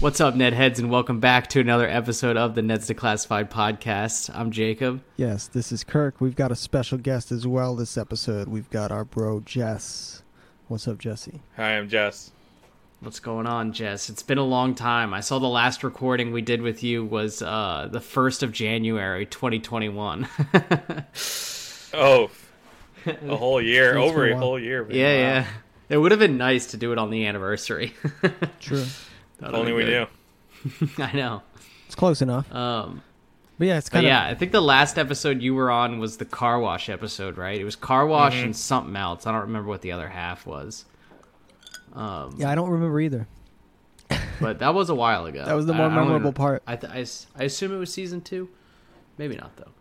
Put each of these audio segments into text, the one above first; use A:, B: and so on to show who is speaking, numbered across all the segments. A: What's up, Ned Heads, and welcome back to another episode of the Ned's Declassified podcast. I'm Jacob.
B: Yes, this is Kirk. We've got a special guest as well this episode. We've got our bro Jess. What's up, Jesse?
C: Hi, I'm Jess.
A: What's going on, Jess? It's been a long time. I saw the last recording we did with you was uh, the 1st of January, 2021.
C: Oh, a whole year,
B: Thanks
C: over
B: for a
C: a
B: while.
C: whole year. man.
A: yeah,
C: Wow.
A: yeah. It would have been nice to do it on the anniversary.
B: True.
C: If only we knew.
A: I know.
B: It's close enough.
A: Um,
B: But yeah, it's
A: but
B: kind of
A: yeah, I think the last episode you were on was the car wash episode, right? It was car wash and something else. I don't remember what the other half was. Um,
B: yeah. I don't remember either.
A: but that was a while ago.
B: That was the
A: I-
B: more
A: I don't even-
B: memorable part.
A: I, th- I s- I assume it was season two, maybe not though.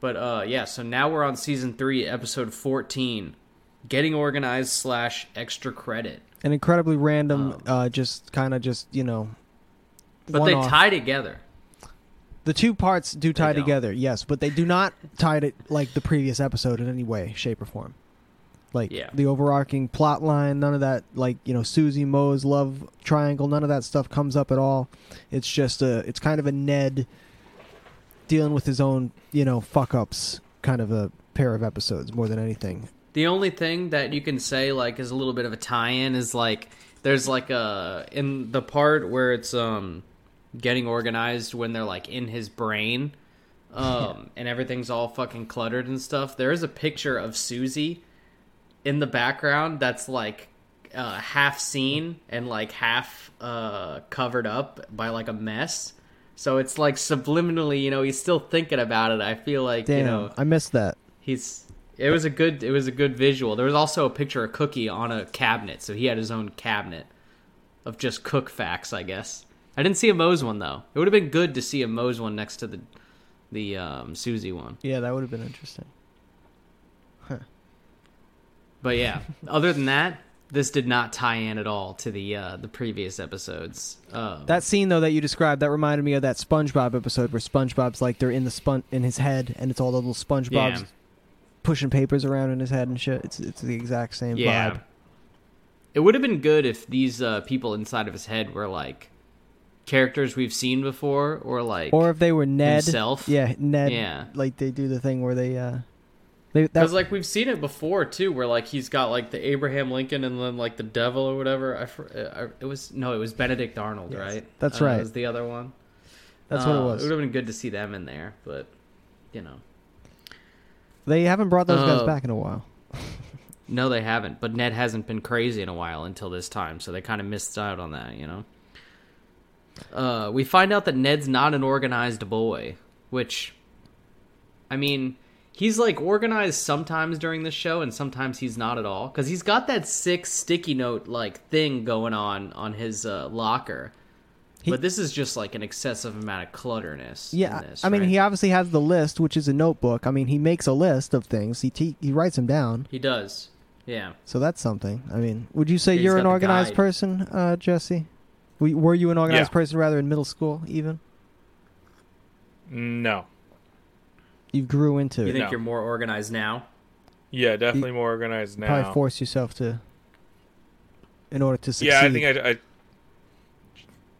A: But uh, yeah, so now we're on season three, episode fourteen, getting organized slash extra credit.
B: An incredibly random,
A: Um,
B: uh, just kind of just you know.
A: But they
B: one-off.
A: tie together.
B: the two parts do tie
A: don't.
B: together. Yes, but they do not tie it like the previous episode in any way, shape, or form. Like
A: Yeah.
B: the overarching plot line, none of that. Like you know, Susie Moe's love triangle, none of that stuff comes up at all. It's just a, it's kind of a Ned dealing with his own, you know, fuck ups, kind of a pair of episodes more than anything.
A: The only thing that you can say like is a little bit of a tie-in is like there's like a in the part where it's um getting organized when they're like in his brain um and everything's all fucking cluttered and stuff. There is a picture of Susie in the background that's like uh half seen and like half uh covered up by like a mess. So it's like subliminally, you know, he's still thinking about it. I feel like,
B: Damn,
A: you know,
B: I missed that.
A: he's it was a good it was a good visual there was also a picture of cookie on a cabinet so he had his own cabinet of just cook facts i guess i didn't see a moe's one though it would have been good to see a moe's one next to the the um susie one
B: Yeah, that would have been interesting.
A: but yeah other than that this did not tie in at all to the uh the previous episodes um,
B: That scene though that you described that reminded me of that SpongeBob episode where SpongeBob's like they're in the spon in his head and it's all the little SpongeBob's
A: Yeah.
B: pushing papers around in his head and shit. It's it's the exact same vibe.
A: It would have been good if these uh, people inside of his head were like characters we've seen before, or like,
B: Or if they were Ned
A: Himself?
B: Yeah, Ned.
A: Yeah.
B: Like they do the thing where they uh they that
A: Because like we've seen it before too, where like he's got like the Abraham Lincoln and then like the devil or whatever. I, fr- uh, I it was no, it was Benedict Arnold,
B: Yes,
A: right?
B: that's
A: Uh,
B: right.
A: Was the other one?
B: that's
A: Uh,
B: what it
A: It
B: was.
A: would have been good to see them in there, but you know,
B: They haven't brought those guys
A: Uh,
B: back in a while.
A: no, they haven't. But Ned hasn't been crazy in a while until this time, so they kind of missed out on that, you know. Uh, we find out that Ned's not an organized boy, which, I mean, he's like organized sometimes during the show, and sometimes he's not at all because he's got that six sticky note like thing going on on his uh, locker.
B: He-
A: but this is just like an excessive amount of clutterness. in
B: Yeah,
A: this,
B: I mean
A: right?
B: he obviously has the list, which is a notebook. I mean he makes a list of things. He te- he writes them down,
A: he does. Yeah.
B: so that's something. I mean, would you say
A: Yeah, he's
B: you're
A: got
B: an
A: the
B: organized
A: guide.
B: person, uh, Jesse? We- Were you an organized
C: Yeah.
B: person rather in middle school even?
C: No.
B: you grew into
A: You
B: it.
A: think
C: No.
A: you're more organized now?
C: Yeah, definitely more organized now.
B: Probably force yourself to, in order to succeed.
C: yeah, I think I, I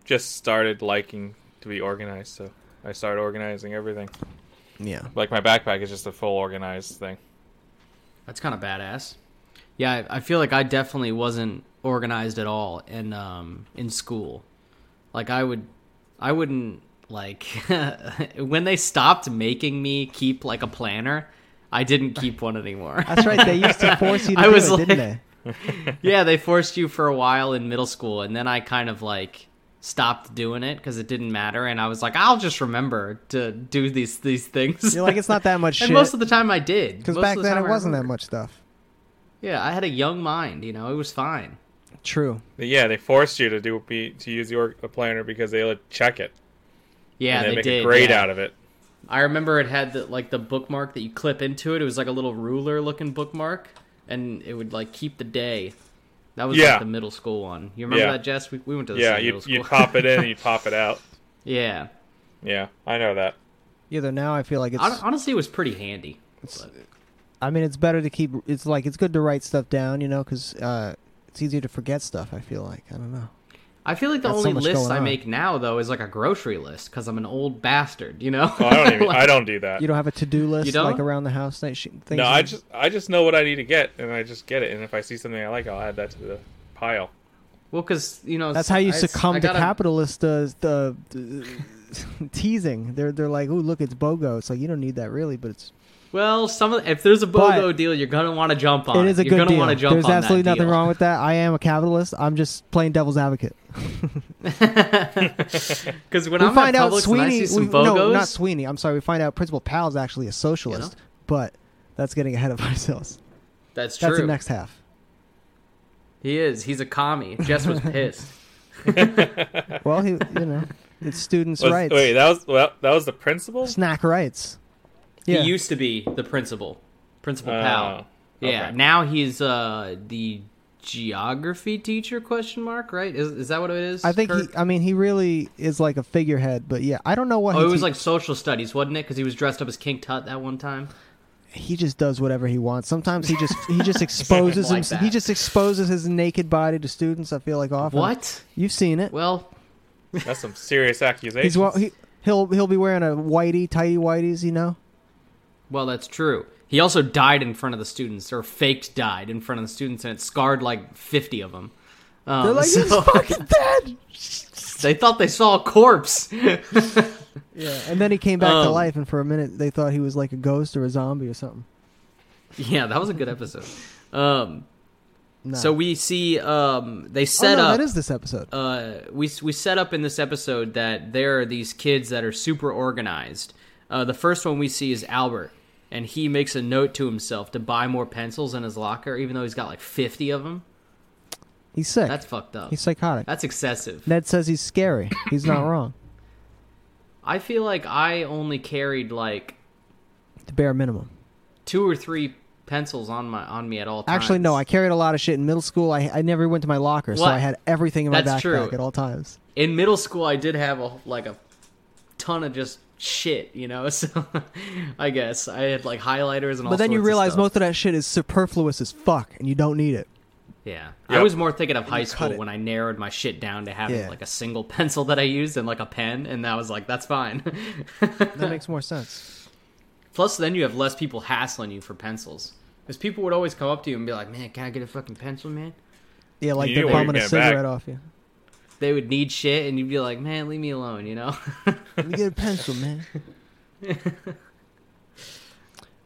C: just started liking to be organized, so I started organizing everything.
B: yeah.
C: Like my backpack is just a full organized thing.
A: That's kind of badass. Yeah, I, I feel like I definitely wasn't organized at all in um in school. Like I would I wouldn't like when they stopped making me keep like a planner, I didn't keep one anymore.
B: That's right. They used to force you to
A: I
B: do
A: was
B: it,
A: like-
B: didn't they?
A: yeah, they forced you for a while in middle school and then I kind of like stopped doing it cuz it didn't matter and I was like I'll just remember to do these these things.
B: You're like, it's not that much
A: and
B: shit.
A: most of the time I did.
B: Because
A: Most
B: back
A: of the
B: then
A: time
B: it
A: I
B: wasn't that
A: remembered.
B: much stuff.
A: Yeah, I had a young mind, you know. It was fine.
B: True.
C: But yeah, they forced you to do be, to use the org, a planner because they would check it.
A: Yeah,
C: and
A: they,
C: they, make
A: did.
C: a grade
A: yeah.
C: out of it.
A: I remember it had the like the bookmark that you clip into it. It was like a little ruler looking bookmark, and it would like keep the day. That was
C: Yeah.
A: like the middle school one. You remember
C: Yeah.
A: that, Jess? We, we went to the
C: Yeah,
A: same
C: you
A: middle school.
C: you pop it in, and you pop it out.
A: yeah,
C: Yeah, I know that.
B: Either now I feel like it's.
A: Hon- honestly, it was pretty handy. but-
B: I mean, it's better to keep. It's like it's good to write stuff down, you know, because uh, it's easier to forget stuff. I feel like I don't know.
A: I feel like the
B: Got so
A: only
B: much
A: list
B: going
A: I
B: on.
A: make now though is like a grocery list because I'm an old bastard, you know.
C: Oh, I don't even.
A: Like,
C: I don't do that.
B: You don't have a to do list
A: don't?
B: like around the house. That sh- things
C: no, I
B: like-
C: just I just know what I need to get, and I just get it. And if I see something I like, I'll add that to the pile.
A: well, because you know
B: That's how you
A: I-
B: succumb
A: I
B: to
A: gotta-
B: capitalist uh, the, the teasing. They're they're like, oh look, it's BOGO. It's like you don't need that really, but it's
A: Well, some of, if there's a
B: But-
A: BOGO deal, you're gonna want to jump on.
B: it is a
A: you're
B: good
A: gonna
B: deal.
A: want to jump
B: There's
A: on that
B: absolutely nothing
A: deal.
B: wrong with that. I am a capitalist. I'm just playing devil's advocate.
A: Because when
B: we
A: I'm
B: find
A: at
B: out
A: Publix and I
B: Sweeney.
A: see some
B: we-
A: BOGOs,
B: no, not Sweeney. I'm sorry. We find out Principal Pal's actually a socialist, but that's getting ahead of ourselves.
A: that's
B: That's the
A: true.
B: next half.
A: he is. He's a commie. Jess was pissed.
B: Well, he, you know, it's students'
C: Was-
B: rights,
C: Wait, that was well, that was the principal.
B: snack rights. Yeah,
A: He used to be the principal, principal
C: Oh,
A: pal. Yeah.
C: okay.
A: Now he's uh the geography teacher? Question mark. Right? Is is that what it is?
B: I think. He,
A: Kurt?
B: I mean, he really is like a figurehead, but yeah, I don't know what.
A: Oh,
B: he
A: it was
B: te-
A: like social studies, wasn't it? Because he was dressed up as King Tut that one time.
B: he just does whatever he wants. Sometimes he just he just exposes
A: Like
B: himself.
A: that.
B: He just exposes his naked body to students. I feel like often.
A: What?
B: you've seen it?
A: Well,
C: That's some serious accusations.
B: He's wa- he, he'll he'll be wearing a whitey tighty whiteys. You know,
A: well, that's true. He also died in front of the students, or faked died in front of the students, and it scarred like fifty of them. Um,
B: they're like
A: so-
B: he's fucking dead.
A: they thought they saw a corpse.
B: Yeah, and then he came back to
A: Um,
B: life, and for a minute they thought he was like a ghost or a zombie or something.
A: yeah, that was a good episode. Um,
B: No.
A: So we see um, they
B: Oh, no,
A: set up.
B: that is this episode.
A: uh, we we set up in this episode that there are these kids that are super organized. Uh, the first one we see is Albert, and he makes a note to himself to buy more pencils in his locker, even though he's got like fifty of them.
B: He's sick.
A: That's fucked up.
B: he's psychotic.
A: That's excessive.
B: Ned says he's scary. He's not wrong.
A: I feel like I only carried like
B: The bare minimum.
A: two or three pencils on my on me at all times.
B: Actually, no. I carried a lot of shit in middle school. I, I never went to my locker, so
A: What?
B: I had everything in my
A: That's
B: backpack
A: true.
B: at all times.
A: in middle school I did have a like a ton of just shit, you know. So I guess I had like highlighters and all.
B: But then you
A: sorts of
B: realize
A: stuff.
B: most of that shit is superfluous as fuck, and you don't need it.
A: Yeah. I
C: Yep.
A: was more thinking of high school
B: it.
A: when I narrowed my shit down to having
B: Yeah.
A: like a single pencil that I used and like a pen, and I was like, that's fine.
B: That makes more sense.
A: Plus, then you have less people hassling you for pencils. Because people would always come up to you and be like, man, can I get a fucking pencil, man?
B: Yeah, like
C: You
B: they're
C: knew what you
B: bombing a
C: were getting back.
B: cigarette off you.
A: They would need shit, and you'd be like, man, leave me alone, you know?
B: Let me get a pencil, man.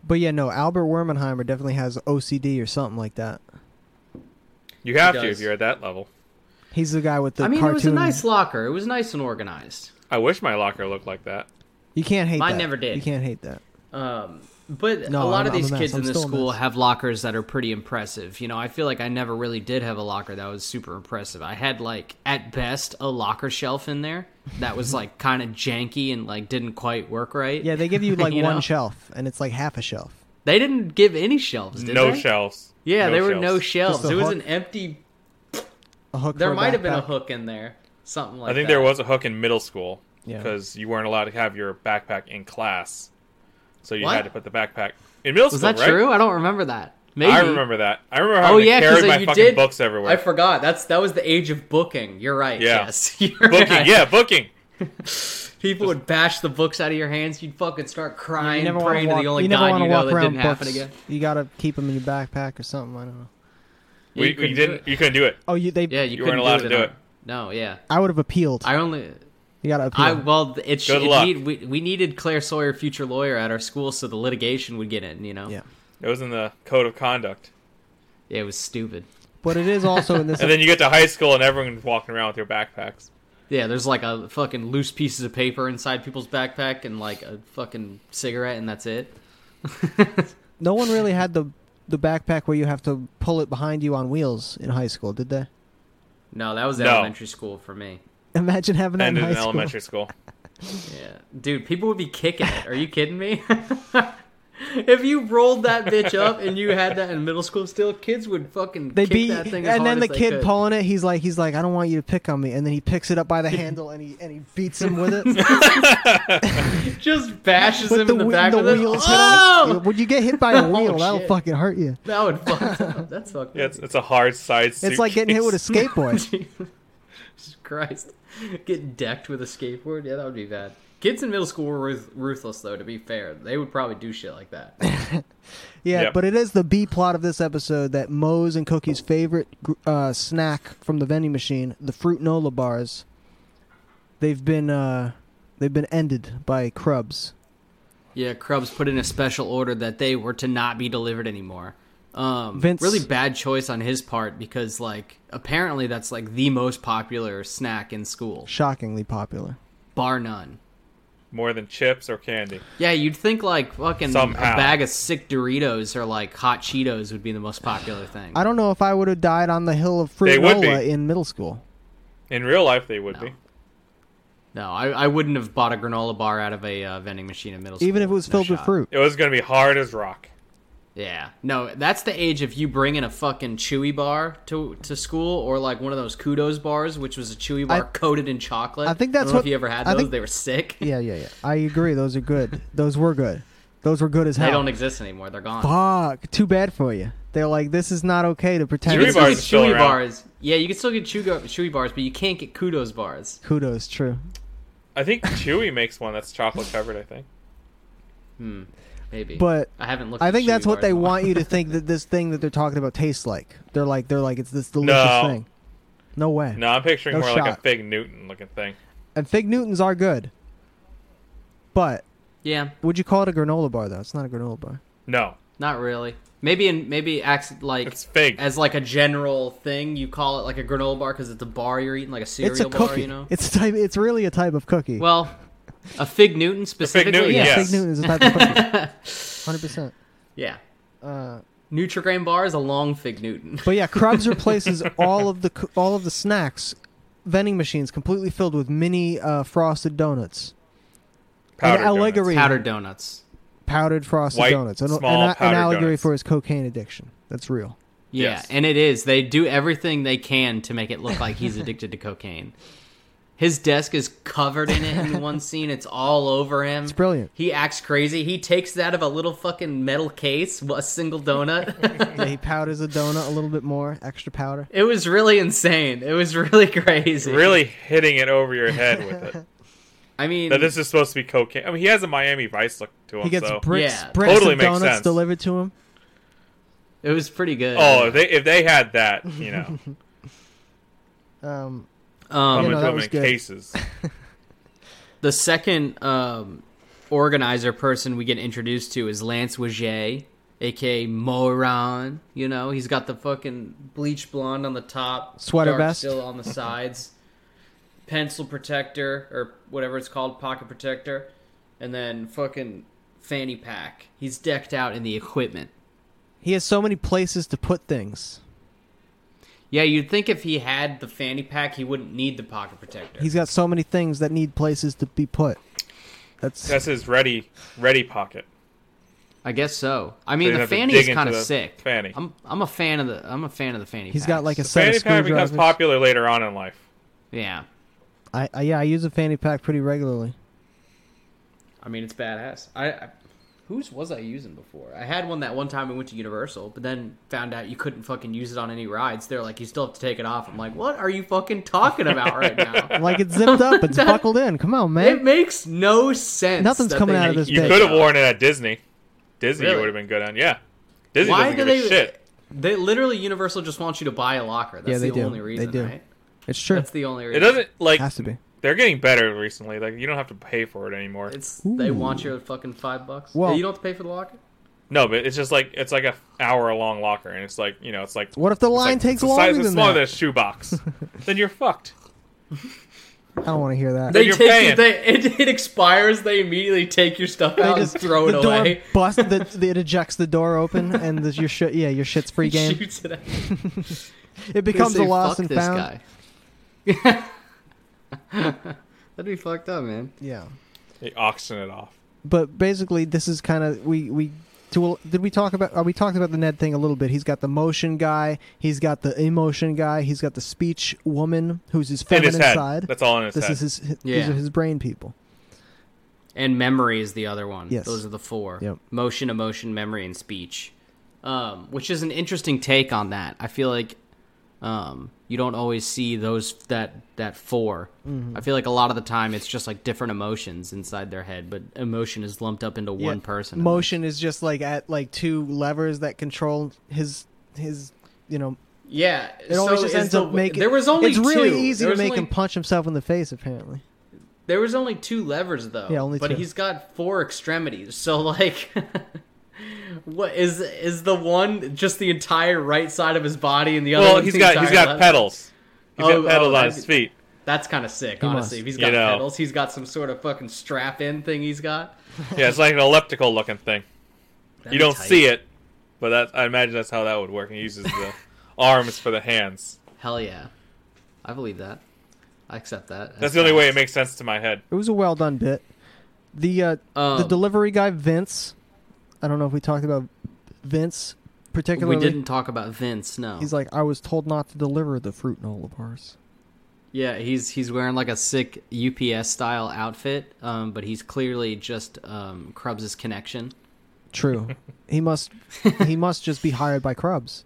B: but yeah, no. Albert Wermenheimer definitely has OCD or something like that.
C: you have
A: He
C: to
A: does.
C: if you're at that level.
B: He's the guy with the
A: I mean,
B: cartoon.
A: it was a nice locker. It was nice and organized.
C: I wish my locker looked like that.
B: You can't hate
A: Mine
B: that.
A: never did.
B: You can't hate that.
A: Um, but
B: No,
A: a lot
B: I'm-
A: of
B: I'm
A: these
B: a mess.
A: kids
B: I'm
A: in this
B: still a
A: school
B: mess.
A: have lockers that are pretty impressive. You know, I feel like I never really did have a locker that was super impressive. I had like at best a locker shelf in there that was like kind of janky and like didn't quite work right.
B: Yeah, they give you like
A: You
B: one
A: know?
B: shelf, and it's like half a shelf.
A: They didn't give any shelves, did
C: No
A: they?
C: shelves.
A: Yeah,
C: No
A: there were
C: shelves.
A: no shelves.
B: Just a
A: It was
B: hook.
A: an empty.
B: A hook.
A: There
B: for
A: might have been a
B: backpack.
A: hook in there, something like.
C: I think
A: that.
C: there was a hook in middle school
B: Yeah.
C: because you weren't allowed to have your backpack in class, so you
A: What?
C: had to put the backpack in middle
A: Was
C: school.
A: that
C: right?
A: true? I don't remember that. Maybe.
C: I remember that. I remember
A: Oh
C: having
A: yeah,
C: to carry
A: because
C: my
A: you
C: fucking
A: did.
C: books everywhere.
A: I forgot. That's that was the age of booking. You're right.
C: Yeah.
A: Yes. You're
C: booking,
A: right.
C: yeah, booking.
A: People would bash the books out of your hands. You'd fucking start crying,
B: You never want
A: praying
B: to walk,
A: to the only
B: you never
A: god
B: wanna
A: you know
B: walk
A: that
B: around
A: didn't happen
B: books.
A: again.
B: You gotta keep them in your backpack or something. I don't know.
A: Yeah,
C: we
A: you couldn't do
C: we didn't.
A: it.
C: You couldn't do it.
B: Oh, you they?
A: Yeah, you,
C: You
A: couldn't
C: weren't allowed
A: do it
C: to do
A: in
C: it.
A: our- No, yeah.
B: I would have appealed.
A: I only.
B: you gotta appeal.
A: I well, it, sh-
C: Good
A: it
C: luck.
A: need, we, we needed Claire Sawyer, future lawyer, at our school, so the litigation would get in. You know.
B: yeah,
C: It was in the code of conduct.
A: Yeah, it was stupid.
B: but it is also in this.
C: And then you get to high school and everyone's walking around with their backpacks.
A: Yeah, there's like a fucking loose pieces of paper inside people's backpack and like a fucking cigarette, and that's it.
B: no one really had the the backpack where you have to pull it behind you on wheels in high school, did they?
A: No, that was
C: No.
A: elementary school for me.
B: Imagine having that
C: Ended
B: in
C: in
B: high school.
C: elementary school.
A: Yeah, dude, people would be kicking it. Are you kidding me? if you rolled that bitch up and you had that in middle school, still kids would fucking
B: They
A: kick
B: beat,
A: that thing. as
B: and then
A: hard
B: the
A: as they
B: kid
A: could.
B: pulling it, he's like, he's like, I don't want you to pick on me, and then he picks it up by the handle and he and he beats him with it.
A: just bashes
B: But
A: him in the
B: whe-
A: back with it.
B: wheels hit on the-
A: Oh,
B: When you get hit by a wheel, that'll
A: shit.
B: fucking hurt you.
A: that would fuck. That's fucked.
C: Yeah,
A: up.
C: it's, it's a hard side.
B: It's like getting hit with a skateboard.
A: Jesus Christ. Get decked with a skateboard? Yeah, that would be bad. Kids in middle school were ruth- ruthless, though, to be fair. They would probably do shit like that.
B: Yeah,
C: Yep.
B: but it is the B plot of this episode that Moe's and Cookie's favorite gr- uh, snack from the vending machine, the fruit Nola bars, they've been uh, they've been ended by Krubs.
A: Yeah, Krubs put in a special order that they were to not be delivered anymore. Um,
B: Vince-
A: really bad choice on his part because, like, apparently that's like the most popular snack in school,
B: Shockingly popular.
A: bar none.
C: More than chips or candy.
A: Yeah, you'd think like fucking
C: Somehow.
A: a bag of sick Doritos or like hot Cheetos would be the most popular thing.
B: I don't know if I would have died on the hill of fruit
C: They would
B: Nola
C: be.
B: in middle school.
C: In real life, they would
A: No.
C: be.
A: No, I, I wouldn't have bought a granola bar out of a uh, vending machine in middle school.
B: Even if it was
A: No
B: filled with
A: shot.
B: fruit.
C: It was going to be hard as rock.
A: Yeah, no, that's the age if you bring in a fucking chewy bar to to school or like one of those kudos bars, which was a chewy bar
B: I-
A: coated in chocolate.
B: I think
A: I
B: that's
A: don't know
B: what-
A: if you ever had
B: I
A: those.
B: think-
A: they were sick.
B: Yeah, yeah, yeah. I agree. Those are good. Those were good. Those were good as hell.
A: They don't exist anymore. They're gone.
B: Fuck. Too bad for you. They're like, this is not okay to
A: You
B: pretend.
A: can
C: Chewy
A: still get
B: it's
C: bars are still
A: chewy
C: around.
A: bars. Yeah, you can still get chew- chewy bars, but you can't get kudos bars.
B: Kudos. True.
C: I think Chewy makes one that's chocolate covered, I think.
A: Maybe,
B: But
A: I haven't looked.
B: I
A: at
B: think
A: chewy
B: that's what
A: bars
B: they
A: in a while.
B: want you to think that this thing that they're talking about tastes like. They're like they're like it's this delicious
C: No.
B: thing. No way.
C: No, I'm picturing
B: No
C: more like a
B: shot.
C: Fig Newton looking thing.
B: And fig Newtons are good. But
A: Yeah,
B: would you call it a granola bar though? It's not a granola bar.
C: No.
A: not really. Maybe in maybe acts like
C: It's fig.
A: as like a general thing. You call it like a granola bar because it's a bar you're eating, like a cereal
B: It's a
A: bar.
B: cookie.
A: You know,
B: It's a type. It's really a type of cookie.
A: well, a fig Newton specifically.
C: Newton,
A: yeah.
C: yeah.
B: fig
C: yes.
B: Newton is a type of cookie. Hundred percent.
A: Yeah.
B: Uh,
A: Nutrigrain bar is a long fig Newton.
B: but yeah, Krabs replaces all of the co- all of the snacks vending machines completely filled with mini uh, frosted donuts,
C: Powdered
B: An
C: donuts.
B: allegory.
A: Powdered donuts.
B: powdered frosted
C: White,
B: donuts, an, an-
C: small
B: an
C: powdered
B: allegory
C: donuts.
B: for his cocaine addiction. That's real.
A: Yeah,
C: Yes.
A: and it is. They do everything they can to make it look like he's addicted to cocaine. His desk is covered in it in one scene. It's all over him. It's
B: brilliant.
A: He acts crazy. He takes that of a little fucking metal case, a single donut.
B: yeah, he powders a donut a little bit more, extra powder.
A: it was really insane. It was really crazy.
C: Really hitting it over your head with it.
A: I mean,
C: that this is supposed to be cocaine. I mean, he has a Miami Vice look to him.
B: He gets
C: so.
B: bricks,
A: Yeah.
B: bricks
C: Totally
B: of
C: makes
B: donuts
C: sense.
B: delivered to him.
A: it was pretty good.
C: oh, if they if they had that, you know,
B: Um,
A: um,
C: coming
B: no,
C: to
B: that
C: him
B: was
C: in
B: good.
C: cases.
A: the second um, organizer person we get introduced to is Lance Wajay, aka Moron. You know, he's got the fucking bleach blonde on the top,
B: Sweater
A: dark
B: vest.
A: still on the sides, pencil protector or whatever it's called, pocket protector, and then fucking fanny pack. He's decked out in the equipment.
B: he has so many places to put things.
A: Yeah, you'd think if he had the fanny pack, he wouldn't need the pocket protector.
B: He's got so many things that need places to be put. That's,
C: That's his ready ready pocket.
A: I guess so. I mean,
C: you
A: the
C: have to
A: fanny
C: dig
A: is kind of
C: into the
A: sick.
C: fanny.
A: I'm I'm a fan of the I'm a fan of the fanny.
B: he's
A: packs.
B: got like a
C: The
B: set
C: fanny
B: of
C: pack becomes
B: screwdrivers.
C: popular later on in life.
A: yeah.
B: I, I yeah, I use a fanny pack pretty regularly.
A: I mean, it's badass. I, I whose was I using before? I had one that one time we went to Universal, but then found out you couldn't fucking use it on any rides. They're like, you still have to take it off. I'm like, what are you fucking talking about right now?
B: Like it's zipped up, it's buckled in. Come on,
A: it
B: man.
A: makes no sense.
B: Nothing's
A: that
B: coming
A: they
B: out of
A: make
B: this
C: You
B: big.
C: could have worn it at Disney. Disney you
A: Really?
C: would have been good on. Yeah, Disney
A: Why
C: doesn't
A: do
C: give
A: they?
C: a shit.
A: They literally Universal just wants you to buy a locker. That's
B: Yeah, they
A: the
B: do.
A: only
B: They
A: reason.
B: do.
A: Right?
B: It's true.
A: That's the only
C: It
A: reason.
C: doesn't like
B: Has to be.
C: they're getting better recently. Like you don't have to pay for it anymore.
A: It's they want your fucking five bucks.
B: Well-
A: you don't have to pay for the locker.
C: No, but it's just like it's like a hour long locker, and it's like you know, it's like
B: What if the
C: it's
B: line
C: like,
B: takes
C: it's the size-
B: longer
C: it's
B: than
C: smaller
B: that?
C: than a shoebox? then you're fucked.
B: I don't want to hear that.
A: They
C: you're
A: take
C: paying.
A: They, it, it expires. They immediately take your stuff out and throw it
B: the
A: away.
B: door bust. The, the, it ejects the door open, and the, your shit. Yeah, your shit's free game.
A: Shoots it out.
B: It becomes
A: They say,
B: a lost
A: "Fuck
B: and
A: this
B: found.
A: guy. That'd be fucked up, man.
B: Yeah.
C: They auction it off.
B: but basically this is kind of we we to, did we talk about uh, we talked about the ned thing a little bit he's got the motion guy he's got the emotion guy he's got the speech woman who's his
C: In
B: feminine
C: his head.
B: side
C: That's all in his
B: this
C: head.
B: is his, his
A: Yeah.
B: these are his brain people
A: And memory is the other one.
B: Yes.
A: Those are the four.
B: Yep.
A: Motion, emotion, memory, and speech. Um, which is an interesting take on that. I feel like um, you don't always see those that that 4
B: Mm-hmm.
A: I feel like a lot of the time it's just like different emotions inside their head, but emotion is lumped up into one
B: Yeah.
A: person.
B: Motion is just like at like two levers that control his his you know
A: Yeah,
B: it always just ends up making
A: there was only
B: it's really
A: two.
B: easy
A: There was
B: to make
A: only-
B: him punch himself in the face apparently
A: There was only two levers though.
B: Yeah, only
A: but
B: two.
A: he's got four extremities. So like what is is the one just the entire right side of his body and the other
C: Well,
A: one's
C: he's
A: the
C: got
A: entire
C: he's got
A: left?
C: pedals. He's
A: Oh,
C: got pedals
A: oh,
C: on
A: I-
C: his feet.
A: That's kind of sick,
B: He must.
A: honestly. If he's got
C: You know.
A: pedals, he's got some sort of fucking strap in thing he's got.
C: Yeah, it's like an elliptical looking thing.
A: That'd
C: You
A: be
C: don't
A: tight.
C: see it, but that I imagine that's how that would work. He uses the arms for the hands.
A: Hell yeah. I believe that. I accept that.
C: That's the only way it makes sense to my head.
B: it was a well done bit the uh
A: Um,
B: the delivery guy Vince I don't know if we talked about Vince particularly
A: we didn't talk about Vince, no.
B: he's like I was told not to deliver the fruit Nola bars
A: Yeah, he's he's wearing like a sick UPS style outfit, um, but he's clearly just um, Krubs' connection.
B: true he must he must just be hired by Krubs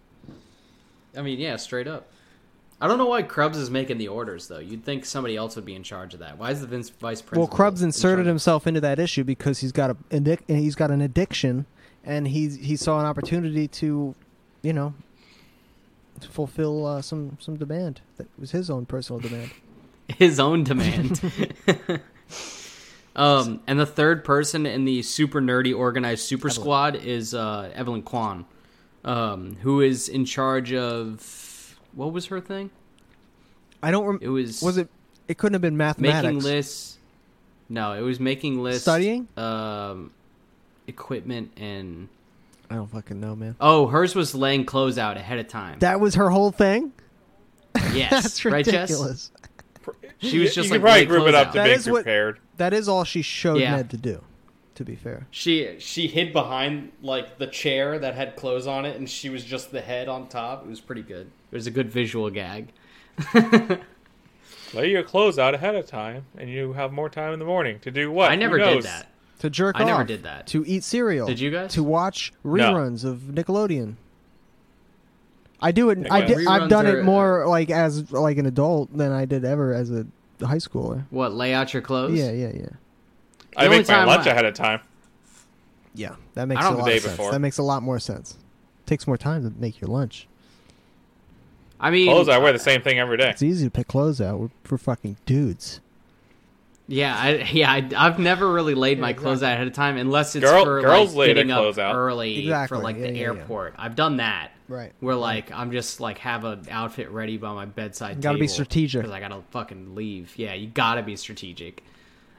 A: I mean, yeah, straight up. I don't know why Krubs is making the orders though. You'd think somebody else would be in charge of that. Why is the Vince vice
B: Well,
A: president?
B: Krubs
A: in
B: inserted
A: charge?
B: himself into that issue because he's got a addic- and he's got an addiction, and he he saw an opportunity to, you know, to fulfill uh, some some demand that was his own personal demand.
A: his own demand. um, and the third person in the super nerdy organized super squad is uh, Evelyn Kwan, um, who is in charge of what was her thing?
B: I don't
A: It
B: remember.
A: was
B: Was it? It couldn't have been mathematics.
A: making lists? No, it was making lists.
B: Studying?
A: um, equipment and
B: I don't fucking know, man.
A: oh, hers was laying clothes out ahead of time.
B: That was her whole thing.
A: yes,
B: That's
A: right, Jess?
B: ridiculous.
A: She was just
C: you
A: like
C: could
A: really
C: probably group it
A: close
C: up to
A: out.
B: That
C: being
B: is what-
C: prepared.
B: That is all she showed
A: Yeah.
B: Ned to do. To be fair,
A: She she hid behind like the chair that had clothes on it, and she was just the head on top. It was pretty good. It was a good visual gag.
C: Lay your clothes out ahead of time, and you have more time in the morning to do what?
A: I
C: Who
A: never did
C: knows?
A: that.
B: to jerk
A: I never
B: off,
A: did that.
B: To eat cereal.
A: Did you guys?
B: To watch
C: No.
B: reruns of Nickelodeon. I do it. I
C: Nickelodeon.
B: did, I've
A: Reruns
B: done it
A: are- uh,
B: more like as like an adult than I did ever as a high schooler.
A: What lay out your clothes?
B: Yeah, yeah, yeah,
A: The
C: I
A: only
C: make my
A: time
C: lunch
A: I-
C: ahead of time.
B: yeah. That makes
A: I
B: a
A: don't-
B: lot
C: The day
B: of sense.
C: before.
B: That makes a lot more sense. Takes more time to make your lunch.
A: I mean,
C: Clothes, I wear the same thing every day.
B: It's easy to pick clothes out. We're, we're fucking dudes.
A: Yeah, I, yeah. I, I've never really laid my clothes out ahead of time unless it's
C: Girl-
A: for
C: girls
A: like,
C: lay their
A: getting up
C: clothes out.
A: early
B: Exactly,
A: for like
B: yeah,
A: the
B: yeah, yeah.
A: airport. I've done that.
B: Right.
A: Where like I'm just like have an outfit ready by my bedside.
B: Gotta be
A: table
B: strategic.
A: because I gotta fucking leave. Yeah, you gotta be strategic.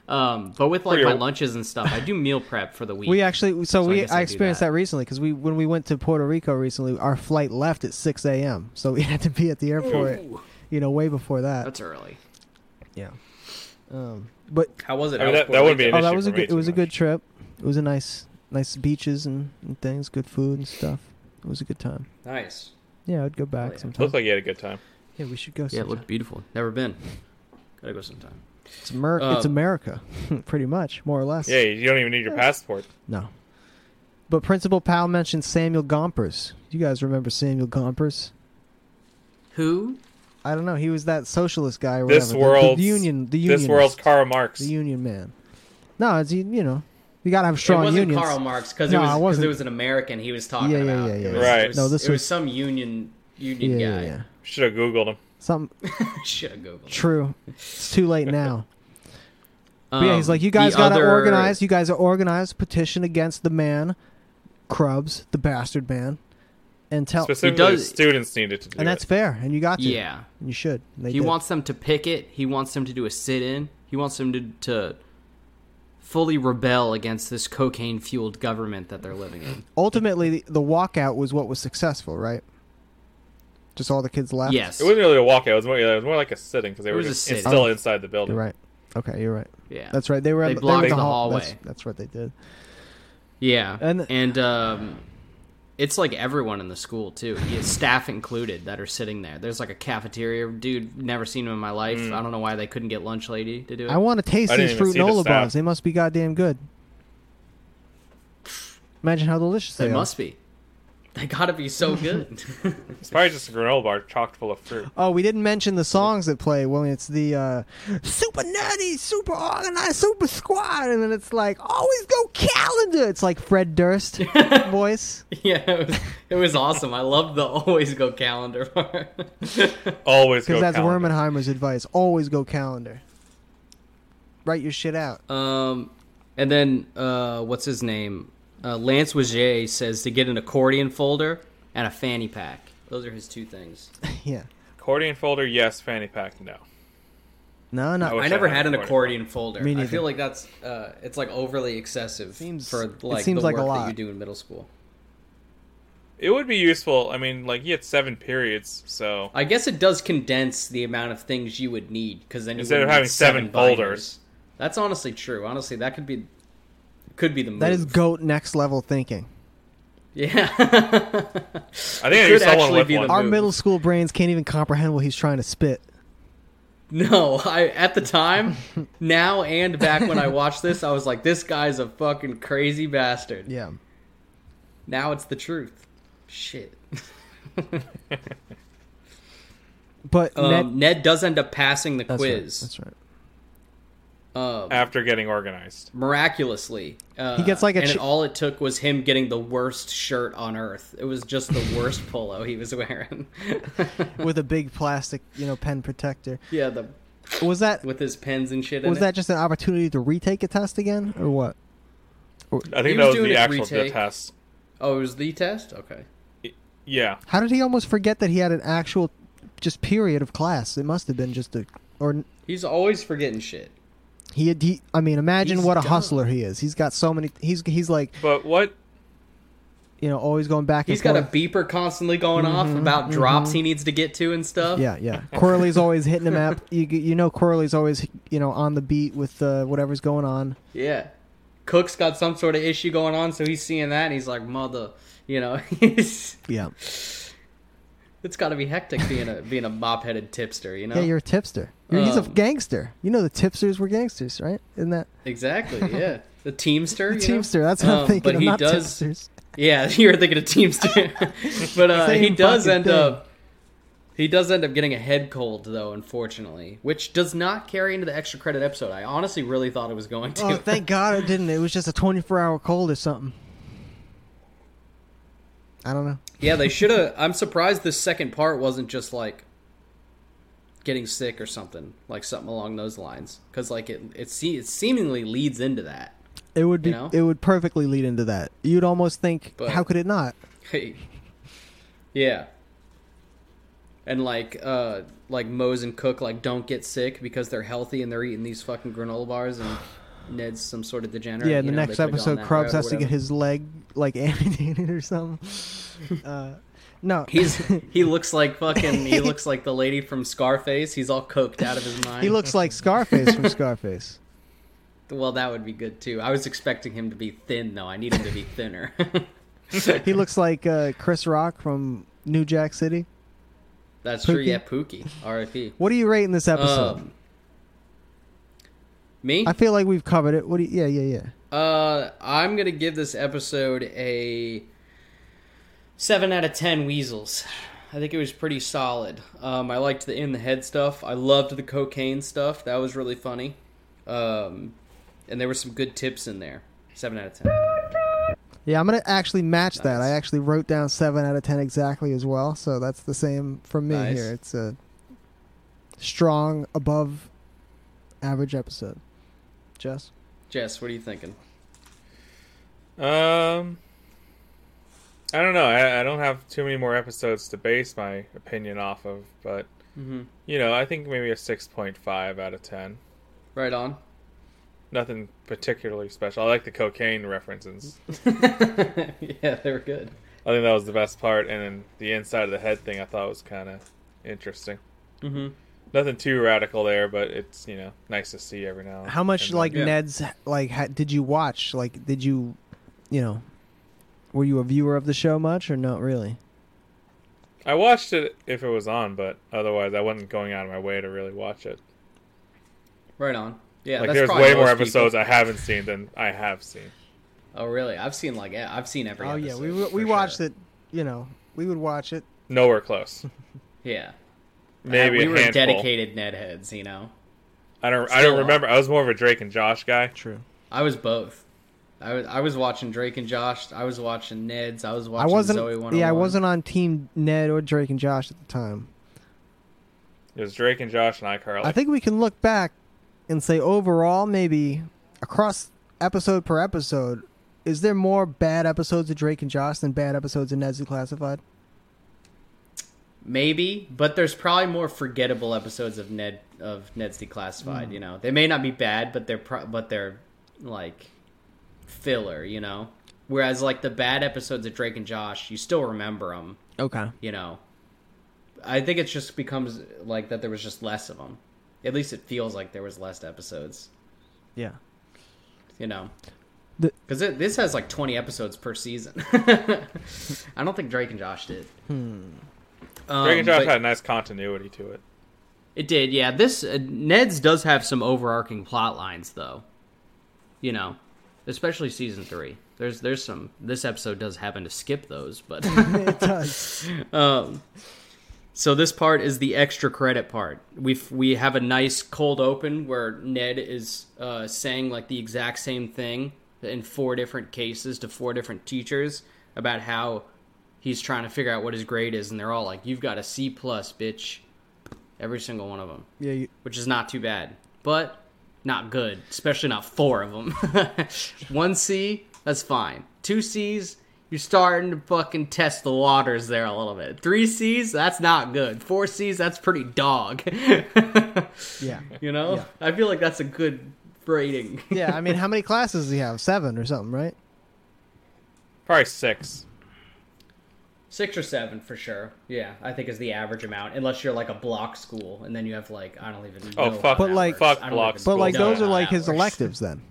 A: Um, but with like
C: your-
A: my lunches and stuff, I do meal prep for the week.
B: We actually, so,
A: So I
B: we,
A: guess
B: I,
A: I do
B: experienced that,
A: that.
B: recently because we, when we went to Puerto Rico recently, our flight left at 6 a.m. So we had to be at the airport,
A: Ooh,
B: you know, way before that.
A: that's early.
B: yeah. Um, but
A: How was it?
C: I mean, that, that wouldn't be an
B: Oh,
C: issue
B: that was
C: for
B: a
C: me
B: good. It
C: too
B: was a
C: much.
B: good trip. It was a nice, nice beaches and, and things, good food and stuff. It was a good time.
A: nice.
B: Yeah, I'd go back
A: Oh, yeah.
B: sometime.
C: Looked like you had a good time.
B: yeah, we should go.
A: Yeah,
B: sometime.
A: it looked beautiful. Never been. Gotta go sometime.
B: it's, Amer- it's
A: um,
B: America, pretty much, more or less.
C: Yeah, you don't even need your passport.
B: No. But Principal Powell mentioned Samuel Gompers. You guys remember Samuel Gompers?
A: Who?
B: I don't know. He was that socialist guy. Or
C: This
B: whatever, the- the,
C: world's
B: union. The union.
C: This world's Karl Marx.
B: the union man. No, it's you you know, you gotta have strong
A: it wasn't
B: unions.
A: Karl Marx because
B: No,
A: it was
B: it
A: because
B: wasn't.
A: it was an American he was talking
B: Yeah, yeah,
A: about.
B: yeah, yeah.
A: It was,
C: Right.
A: It was,
B: No, this
A: it was
B: was-
A: some union
B: yeah,
A: union
B: yeah,
A: guy.
B: yeah.
C: Should have googled him.
B: Some
A: Should have googled. it.
B: true. It's too late now. But
A: Um,
B: yeah, he's like, you guys
A: the
B: got to
A: other-
B: organize. You guys are organized. Petition against the man, Krubs, the bastard man, and tell.
C: Specifically,
A: does-
C: students needed to do
B: And that's
C: it.
B: fair. And you got to.
A: Yeah,
B: And you should. And they
A: he
B: did.
A: wants them to picket. He wants them to do a sit-in. He wants them to to fully rebel against this cocaine-fueled government that they're living in.
B: Ultimately, the, the walkout was what was successful, right? Just all the kids left.
A: Yes,
C: It wasn't really a walkout. It was more, it was more like a sitting because they were
A: was a
C: just
A: sitting.
C: still inside the building.
B: You're right. Okay, you're right.
A: yeah,
B: That's right. They were.
A: They
B: in- were
A: blocked
B: in
A: the
B: hall.
A: hallway.
B: That's, that's what they did.
A: Yeah,
B: And-
A: and um, it's like everyone in the school too, yeah, staff included, that are sitting there. There's like a cafeteria dude, never seen him in my life. I don't know why they couldn't get lunch lady to do it.
B: I want to taste
C: I didn't
B: these
C: even
B: fruit
C: see the
B: Nola
C: staff.
B: bars. They must be goddamn good. Imagine how delicious they,
A: they
B: are.
A: must be. They gotta be so good.
C: It's probably just a granola bar chocked full of fruit.
B: Oh, we didn't mention the songs that play. Well, it's the uh, super nerdy, super organized, super squad, and then it's like always go calendar. It's like Fred Durst voice.
A: yeah, it was, it was awesome. I love the always go calendar part.
C: Always go
B: Because that's
C: calendar.
B: Wermenheimer's advice. Always go calendar. Write your shit out.
A: um, and then uh, what's his name? Uh, Lance Wajay says to get an accordion folder and a fanny pack. Those are his two things.
B: yeah.
C: Accordion folder, yes. Fanny pack, no.
B: No,
C: Oh, I
B: no.
C: wish
A: I never
C: had
A: had an
C: accordion.
A: accordion folder.
B: Me
A: I
B: neither.
A: feel like that's uh, it's like overly excessive
B: Seems-
A: for
B: it
A: like
B: seems
A: the
B: like a
A: work
B: lot.
A: that you do in middle school.
C: It would be useful. I mean, like you had seven periods, so
A: I guess it does condense the amount of things you would need because then you
C: Instead of
A: wouldn't need
C: having seven
A: binders.
C: folders.
A: That's honestly true. Honestly, that could be could be the move.
B: That is goat next level thinking.
A: Yeah.
C: I think I
A: could
C: used someone
A: actually
C: with
A: be the
C: one.
B: Our
A: Move.
B: middle school brains can't even comprehend what he's trying to spit.
A: no, I at the time, now and back when I watched this, I was like, this guy's a fucking crazy bastard.
B: Yeah.
A: Now it's the truth. Shit.
B: But
A: Um,
B: Ned-
A: Ned, does end up passing the
B: that's Right,
A: quiz
B: that's right.
A: um,
C: after getting organized.
A: miraculously. Uh,
B: He gets like a
A: and
B: chi-
A: it- all it took was him getting the worst shirt on earth. It was just the worst polo he was wearing.
B: With a big plastic, you know, pen protector.
A: yeah, the
B: Was that
A: with his pens and shit. in
B: was
A: it.
B: that just an opportunity to retake a test again, or what?
C: I
A: He was
C: think that was
A: doing
C: the
A: a
C: actual
A: retake.
C: test.
A: Oh, it was the test. Okay.
C: Yeah,
B: How did he almost forget that he had an actual just period of class? It must have been just a or
A: He's always forgetting shit.
B: he had he, I mean, imagine
A: He's
B: what a
A: dumb.
B: hustler he is. He's got so many he's he's like,
C: but what?
B: you know, always going back
A: He's
B: and
A: got a
B: forth.
A: beeper constantly going off about drops he needs to get to and stuff.
B: Mm-hmm, yeah, yeah. Corley's always hitting him up. You you know Corley's always, you know, on the beat with uh, whatever's going on.
A: Yeah. Cook's got some sort of issue going on, so he's seeing that and he's like, "Mother," you know. he's-
B: Yeah.
A: it's got to be hectic being a being a mop-headed tipster, you know.
B: Yeah, you're a tipster. You're, he's a
A: Um,
B: gangster. You know the tipsters were gangsters, right? Isn't that
A: exactly. Yeah. The teamster. you
B: the
A: know?
B: teamster? That's what
A: Um,
B: I'm thinking.
A: But
B: I'm
A: he
B: not
A: does.
B: tipsters.
A: Yeah, you're thinking of teamster. but uh,
B: Same
A: he does
B: fucking
A: end
B: thing.
A: up. He does end up getting a head cold, though, unfortunately, which does not carry into the extra credit episode. I honestly really thought it was going to.
B: Oh, thank God it didn't. It was just a 24 hour cold or something. I don't know.
A: Yeah, they should have. I'm surprised the second part wasn't just like getting sick or something, like something along those lines, because like it it, se- it seemingly leads into that.
B: It would be.
A: You know?
B: It would perfectly lead into that. You'd almost think,
A: But-
B: how could it not?
A: Hey, yeah, and like uh like Mose and Cook like don't get sick because they're healthy and they're eating these fucking granola bars and Ned's some sort of degenerate.
B: yeah. In
A: you
B: the
A: know,
B: next
A: they could've gone
B: episode,
A: that
B: Krabs
A: route or
B: has to get
A: whatever.
B: his leg like amputated or something. uh, no,
A: He's he looks like fucking he looks like the lady from Scarface. He's all coked out of his mind.
B: he looks like Scarface from Scarface.
A: Well, that would be good too. I was expecting him to be thin, though. I need him to be thinner.
B: He looks like uh, Chris Rock from New Jack City.
A: That's true.
B: Pookie?
A: Yeah, Pookie. R.I.P.
B: What are you rating this episode?
A: Um, me?
B: I feel like we've covered it. What? Do you, yeah, yeah, yeah.
A: Uh, I'm gonna give this episode a seven out of ten weasels. I think it was pretty solid. Um, I liked the in the head stuff. I loved the cocaine stuff. That was really funny. Um, and there were some good tips in there. Seven out of ten.
B: Yeah, I'm gonna actually match that.
A: Nice.
B: I actually wrote down seven out of ten exactly as well, so that's the same from me
A: Nice.
B: here. It's a strong above average episode. Jess,
A: Jess, what are you thinking?
C: Um, I don't know. I, I don't have too many more episodes to base my opinion off of, but
A: Mm-hmm.
C: you know, I think maybe a six point five out of ten.
A: Right on.
C: Nothing particularly special. I like the cocaine references.
A: yeah, they were good.
C: I think that was the best part, and then the inside of the head thing I thought was kind of interesting.
A: Mm-hmm.
C: Nothing too radical there, but it's you know nice to see every now.
B: how much
C: and then.
B: like
A: uh, Yeah.
B: Ned's like ha- did you watch? Like, did you, you know, were you a viewer of the show much or not really?
C: I watched it if it was on, but otherwise I wasn't going out of my way to really watch it.
A: Right on. Yeah,
C: like
A: that's
C: there's
A: probably
C: way more
A: most people.
C: episodes I haven't seen than I have seen.
A: Oh, really? I've seen like yeah, I've seen every.
B: Oh yeah,
A: episode,
B: we we
A: for
B: watched
A: sure.
B: it you know, we would watch it.
C: Nowhere close.
A: Yeah.
C: Maybe
A: Uh, we
C: a
A: were
C: handful.
A: dedicated Ned heads, you know.
C: I don't. I
A: Still
C: don't
A: are.
C: remember. I was more of a Drake and Josh guy.
B: True.
A: I was both. I was I was watching Drake and Josh. I was watching Ned's. I was watching
B: I wasn't.
A: Zoe 101.
B: yeah, I wasn't on Team Ned or Drake and Josh at the time.
C: It was Drake and Josh and iCarly.
B: I think we can look back and say overall, maybe across episode per episode, is there more bad episodes of Drake and Josh than bad episodes of Ned's Declassified?
A: Maybe, but there's probably more forgettable episodes of Ned of Ned's Declassified.
B: Mm.
A: You know, they may not be bad, but they're pro- but they're like filler. You know, whereas like the bad episodes of Drake and Josh, you still remember them.
B: Okay.
A: You know, I think it just becomes like that. There was just less of them. At least it feels like there was less episodes.
B: Yeah.
A: You know,
B: The-
A: because this has like 20 episodes per season. I don't think Drake and Josh did. Um,
C: Drake and Josh
A: but-
C: had a nice continuity to it.
A: It did, yeah. This uh, Ned's does have some overarching plot lines, though. You know, especially season three. There's there's some. This episode does happen to skip those, but
B: It does.
A: um, so this part is the extra credit part. We have we have a nice cold open where Ned is uh, saying like the exact same thing in four different cases to four different teachers about how he's trying to figure out what his grade is, and they're all like, "You've got a C plus, bitch." Every single one of them
B: yeah. You,
A: which is not too bad, but not good, especially not four of them. One C, that's fine. Two C's, you're starting to fucking test the waters there a little bit. Three C's, that's not good. Four C's, that's pretty dog.
B: yeah.
A: you know,
B: Yeah.
A: I feel like that's a good rating.
B: Yeah. I mean, how many classes does he have? Seven or something, right?
C: Probably six.
A: Six or seven for sure. Yeah, I think is the average amount, unless you're like a block school and then you have like I don't even.
C: Oh,
A: know
C: fuck-
A: how that
B: But,
A: works.
B: like-
C: fuck
A: I don't
C: block
A: even
B: But
C: Cool.
B: like
A: know
B: those
A: how
B: are like
A: that
B: his
A: works.
B: electives then.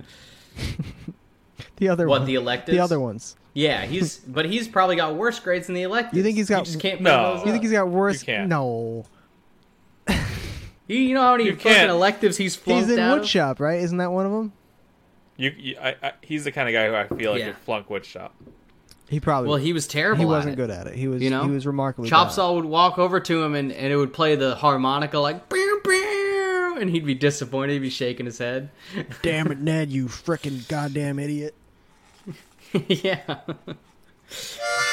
B: the other
A: What
B: one.
A: the electives?
B: The other ones.
A: Yeah, he's but he's probably got worse grades than the electives.
B: You think he's got-
A: He just can't
C: No.
A: bring those
B: You think
A: up.
B: he's got worse?
C: You can't.
B: No.
A: He- you know how many
C: You
A: fucking
C: can't.
A: electives he's flunked
B: He's in
A: out of?
B: woodshop, right? Isn't that one of them?
C: You, you I, I, he's the kind of guy who I feel like
A: Yeah.
C: would flunk Woodshop.
B: He probably.
A: Well, he was terrible.
B: he
A: at
B: wasn't
A: it.
B: good at it. He was.
A: You know?
B: He was remarkably. bad.
A: Chopsaw would walk over to him and, and it would play the harmonica like pew, pew, and he'd be disappointed. He'd be shaking his head.
B: Damn it, Ned! You frickin' goddamn idiot!
A: yeah.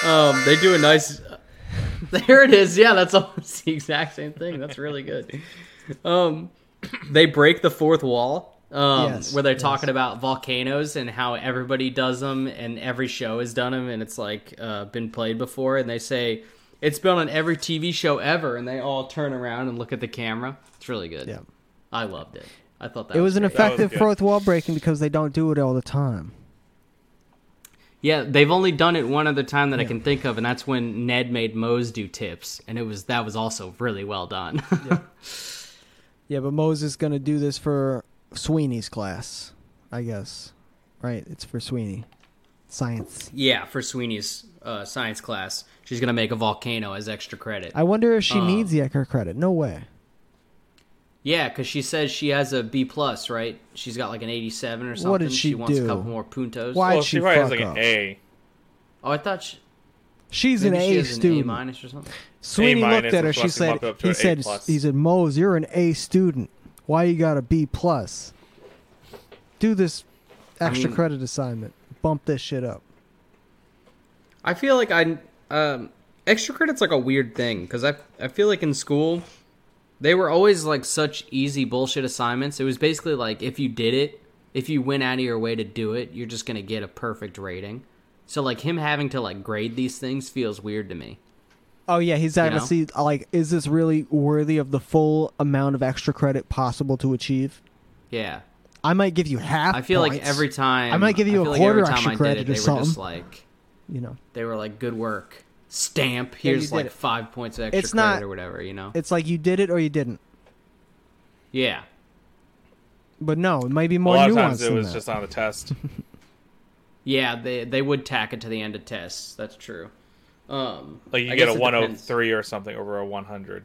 A: um, they do a nice. There it is. Yeah, that's almost the exact same thing. That's really good. Um, they break the fourth wall. Um,
B: Yes,
A: where they're
B: yes.
A: talking about volcanoes and how everybody does them and every show has done them and it's like uh, been played before and they say it's been on every TV show ever and they all turn around and look at the camera. It's really good.
B: Yeah.
A: I loved it. I thought that
B: It was an
A: great.
C: That was
B: effective
C: good.
B: fourth wall breaking because they don't do it all the time.
A: Yeah, they've only done it one other time that I can think of, and that's when Ned made Mose do tips, and it was that was also really well done.
B: Yeah, but Moses gonna do this for Sweeney's class, I guess. Right? It's for Sweeney, science.
A: yeah, for Sweeney's uh, science class, she's gonna make a volcano as extra credit.
B: I wonder if she
A: Uh.
B: needs the extra credit. No way.
A: Yeah, because she says she has a B plus, right? She's got like an eighty-seven or something.
B: What did she
A: wants
B: do?
A: a couple more puntos.
B: Why- How'd
C: well,
B: she
C: she probably has
B: fuck
C: like
B: up?
C: an A.
A: Oh, I thought she,
B: She's
A: maybe
B: an
A: she
B: A
A: has
B: student.
A: an A minus or something.
B: Sweeney
C: A-
B: looked at her.
C: and
B: She
C: plus him
B: said,
C: up- up to
B: "He
C: an A
B: said,
C: plus.
B: he said, Mose, you're an A student. Why you got a B plus? Do this extra
A: mean-
B: credit assignment. Bump this shit up."
A: I feel like I um, extra credit's like a weird thing because I I feel like in school they were always like such easy bullshit assignments. It was basically like if you did it, if you went out of your way to do it, you're just gonna get a perfect rating. So like him having to like grade these things feels weird to me.
B: Oh yeah, he's having
A: You
B: to
A: know?
B: see like, is this really worthy of the full amount of extra credit possible to achieve?
A: Yeah,
B: I might give you half.
A: I feel like
B: points,
A: every time
B: I might give you
A: a
B: a quarter extra credit or
A: they were just
B: something.
A: like
B: you know,
A: they were like good work. Stamp.
B: you
A: Here's
B: did
A: like
B: it.
A: five points of extra
B: It's
A: credit
B: not-
A: or whatever. You know.
B: it's like you did it or you didn't.
A: yeah.
B: But no, it might be
C: A
B: more
C: lot
B: nuanced
C: of times it
B: than
C: was
B: that.
C: just on the test.
A: Yeah, they they would tack it to the end of tests. That's true. Um,
C: Like you
A: I
C: get
A: guess
C: a
A: it depends.
C: 103 or something over a 100.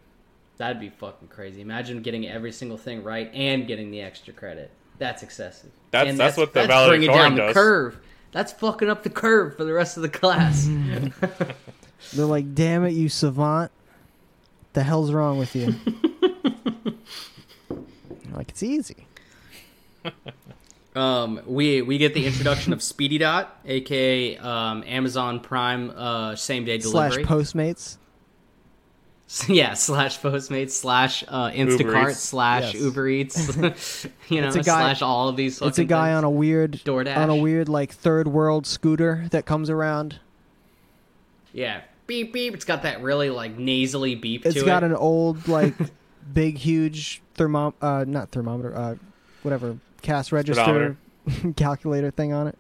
A: That'd be fucking crazy. Imagine getting every single thing right and getting the extra credit. That's excessive.
C: That's-
A: And
C: that's what the
A: that's bringing down
C: valedictorian
A: the
C: does.
A: curve. That's fucking up the curve for the rest of the class.
B: They're like, "Damn it, you savant! The hell's wrong with you?" I'm like it's easy.
A: Um, we we get the introduction of Speedy Dot, aka um, Amazon Prime uh, same day delivery.
B: Slash Postmates.
A: yeah, slash Postmates, slash uh,
C: Uber
A: Instacart,
C: Eats.
A: slash
B: Yes.
A: Uber Eats. you know,
B: It's a guy-
A: slash all of these.
B: It's a guy on a weird
A: DoorDash.
B: on a weird like third world scooter that comes around.
A: yeah, beep beep. It's got that really like nasally beep
B: It's
A: to
B: got
A: it.
B: an old like big huge thermom uh not thermometer uh whatever cast register calculator thing on it.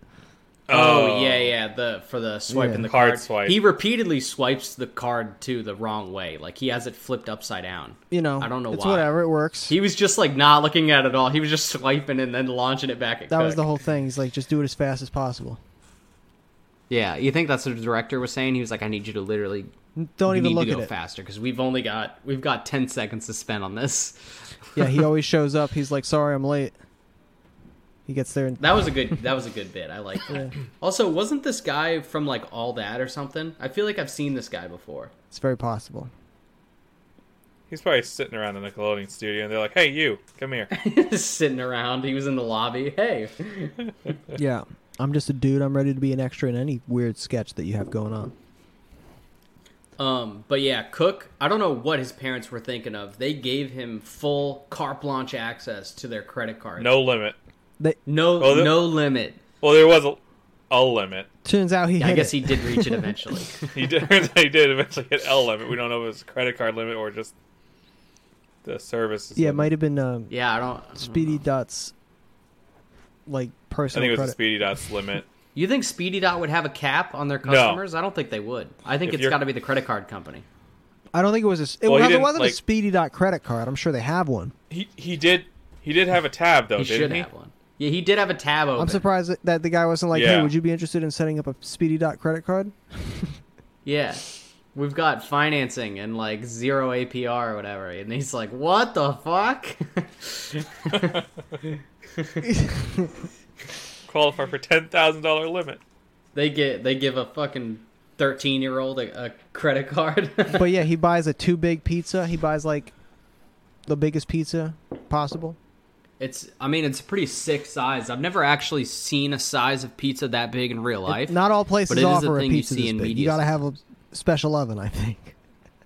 A: oh yeah, yeah. The for the swipe
B: Yeah.
A: in the
C: Card
A: card
C: swipe.
A: He repeatedly swipes the card too the wrong way. Like he has it flipped upside down.
B: You know,
A: I don't know
B: It's
A: why.
B: whatever. It works.
A: He was just like not looking at it all. He was just swiping and then launching it back at
B: that was
A: Cook.
B: the whole thing. He's like, just do it as fast as possible.
A: Yeah, you think that's what the director was saying? He was like, "I need you to literally
B: Don't
A: you
B: even
A: need
B: look
A: to go
B: at it.
A: faster because we've only got we've got ten seconds to spend on this."
B: yeah, he always shows up. He's like, sorry, I'm late. He gets there and
A: That was a good that was a good bit. I like that. Also, wasn't this guy from like All That or something? I feel like I've seen this guy before.
B: it's very possible.
C: He's probably sitting around in the Nickelodeon studio, and they're like, "Hey, you, come here."
A: Sitting around, he was in the lobby. Hey,
B: Yeah. I'm just a dude. I'm ready to be an extra in any weird sketch that you have going on.
A: Um, but yeah, Cook, I don't know what his parents were thinking of. They gave him full carte blanche access to their credit card.
C: No limit.
B: They,
A: no,
C: Oh, the-
A: no limit.
C: Well, there was a, a limit.
B: turns out he
A: Yeah, I
B: hit
A: guess
B: it.
A: he did reach it eventually.
C: He did. he did eventually hit L limit. We don't know if it was a credit card limit or just the services.
B: Yeah, it
C: limit.
B: might have been um,
A: yeah, I don't.
B: Speedy Dot's like
C: I think
B: personal
C: it was
B: credit.
C: the Speedy Dots limit.
A: You think Speedy Dot would have a cap on their customers? I don't think they would. I think
C: If
A: it's
C: you're-
A: got to be the credit card company.
B: I don't think it was a. s- It
C: Well, he
B: wasn't,
C: didn't,
B: wasn't
C: like-
B: a Speedy Dot credit card. I'm sure they have one.
C: He he did he Oh, did have a tab though,
A: He
C: didn't
A: should
C: he?
A: have one. Yeah, he did have a tab open.
B: I'm surprised that- that the guy wasn't like,
C: Yeah.
B: "Hey, would you be interested in setting up a Speedy Dot credit card?"
A: Yeah. We've got financing and like zero APR or whatever. And he's like, what the fuck?
C: Qualify for ten thousand dollar limit.
A: they get they give a fucking 13 year old a, a credit card.
B: But yeah, he buys a too big pizza. He buys like the biggest pizza possible.
A: it's I mean, it's a pretty sick size. I've never actually seen a size of pizza that big in real life.
B: Not
A: But
B: all
A: it
B: places
A: is a
B: offer a
A: thing you
B: pizza
A: see
B: this
A: in
B: big. You
A: media
B: gotta have a special oven, I think.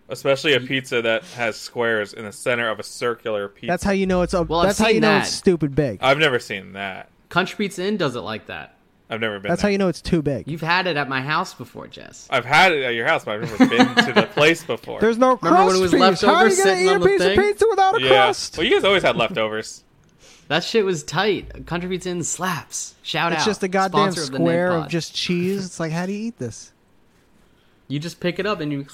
C: Especially a pizza that has squares in the center of a circular pizza.
B: That's how you know it's a.
A: Well, I've
B: that's how you
A: seen
B: know
A: that.
B: it's stupid big.
C: I've never seen that.
A: Country Pizza Inn does it like that.
C: I've never been.
B: That's how
C: there.
B: you know it's too big.
A: You've had it at my house before, Jess.
C: I've had it at your house, but I've never been to the place before.
B: There's no
A: Remember when
B: crust.
A: it was
B: for you.
A: leftovers
B: how are you gonna
A: sitting
B: eat
A: on
B: a
A: the
B: piece
A: thing?
B: of pizza without a
C: yeah.
B: crust?
C: Well, you guys always had leftovers.
A: That shit was tight. Country Pizza Inn slaps. Shout out.
B: It's just a goddamn
A: Sponsor of the
B: square
A: Ned
B: of
A: Pod.
B: just cheese. It's like, how do you eat this?
A: You just pick it up and you.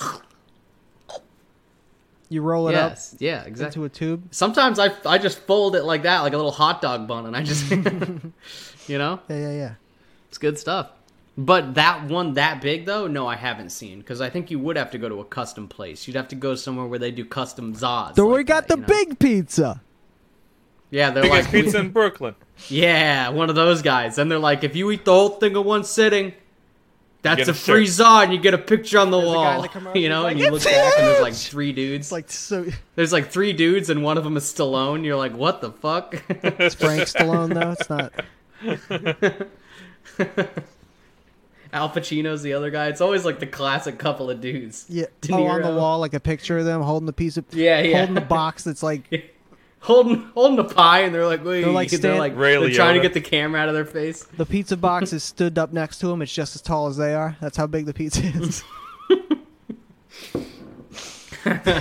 B: You roll it
A: yes. Yeah,
B: up
A: exactly.
B: into a tube.
A: Sometimes I, I just fold it like that, like a little hot dog bun, and I just, you know,
B: Yeah, yeah, yeah.
A: it's good stuff. But that one that big though, no, I haven't seen because I think you would have to go to a custom place. You'd have to go somewhere where they do custom zads.
B: So
A: like
B: we
A: that,
B: got the
A: you know?
B: big pizza.
A: Yeah, they're
C: Biggest
A: like,
C: pizza in Brooklyn.
A: yeah, one of those guys, and they're like, if you eat the whole thing in one sitting, that's
C: get
A: a
C: a
A: free
C: shirt.
A: zod, and you get a picture on the
B: There's a guy in
A: wall.
B: the commercial,
A: you know,
B: he's
A: and
B: like,
A: you look
B: "It's
A: back and there's like
B: huge!"
A: three dudes.
B: It's like so.
A: there's like three dudes, and one of them is Stallone. You're like, what the fuck?
B: It's Frank Stallone though. It's not.
A: Al Pacino's the other guy. It's always like the classic couple of dudes.
B: Yeah.
A: De
B: Oh, on the
A: Niro.
B: wall, like a picture of them holding the piece of.
A: Yeah, yeah.
B: Holding the box that's like.
A: holding holding the pie, and they're like, wait, they're like,
B: like
A: they're,
B: stand-
C: Ray
A: trying to
C: Liotta.
A: get the camera out of their face.
B: The pizza box is stood up next to them. It's just as tall as they are. That's how big the pizza is.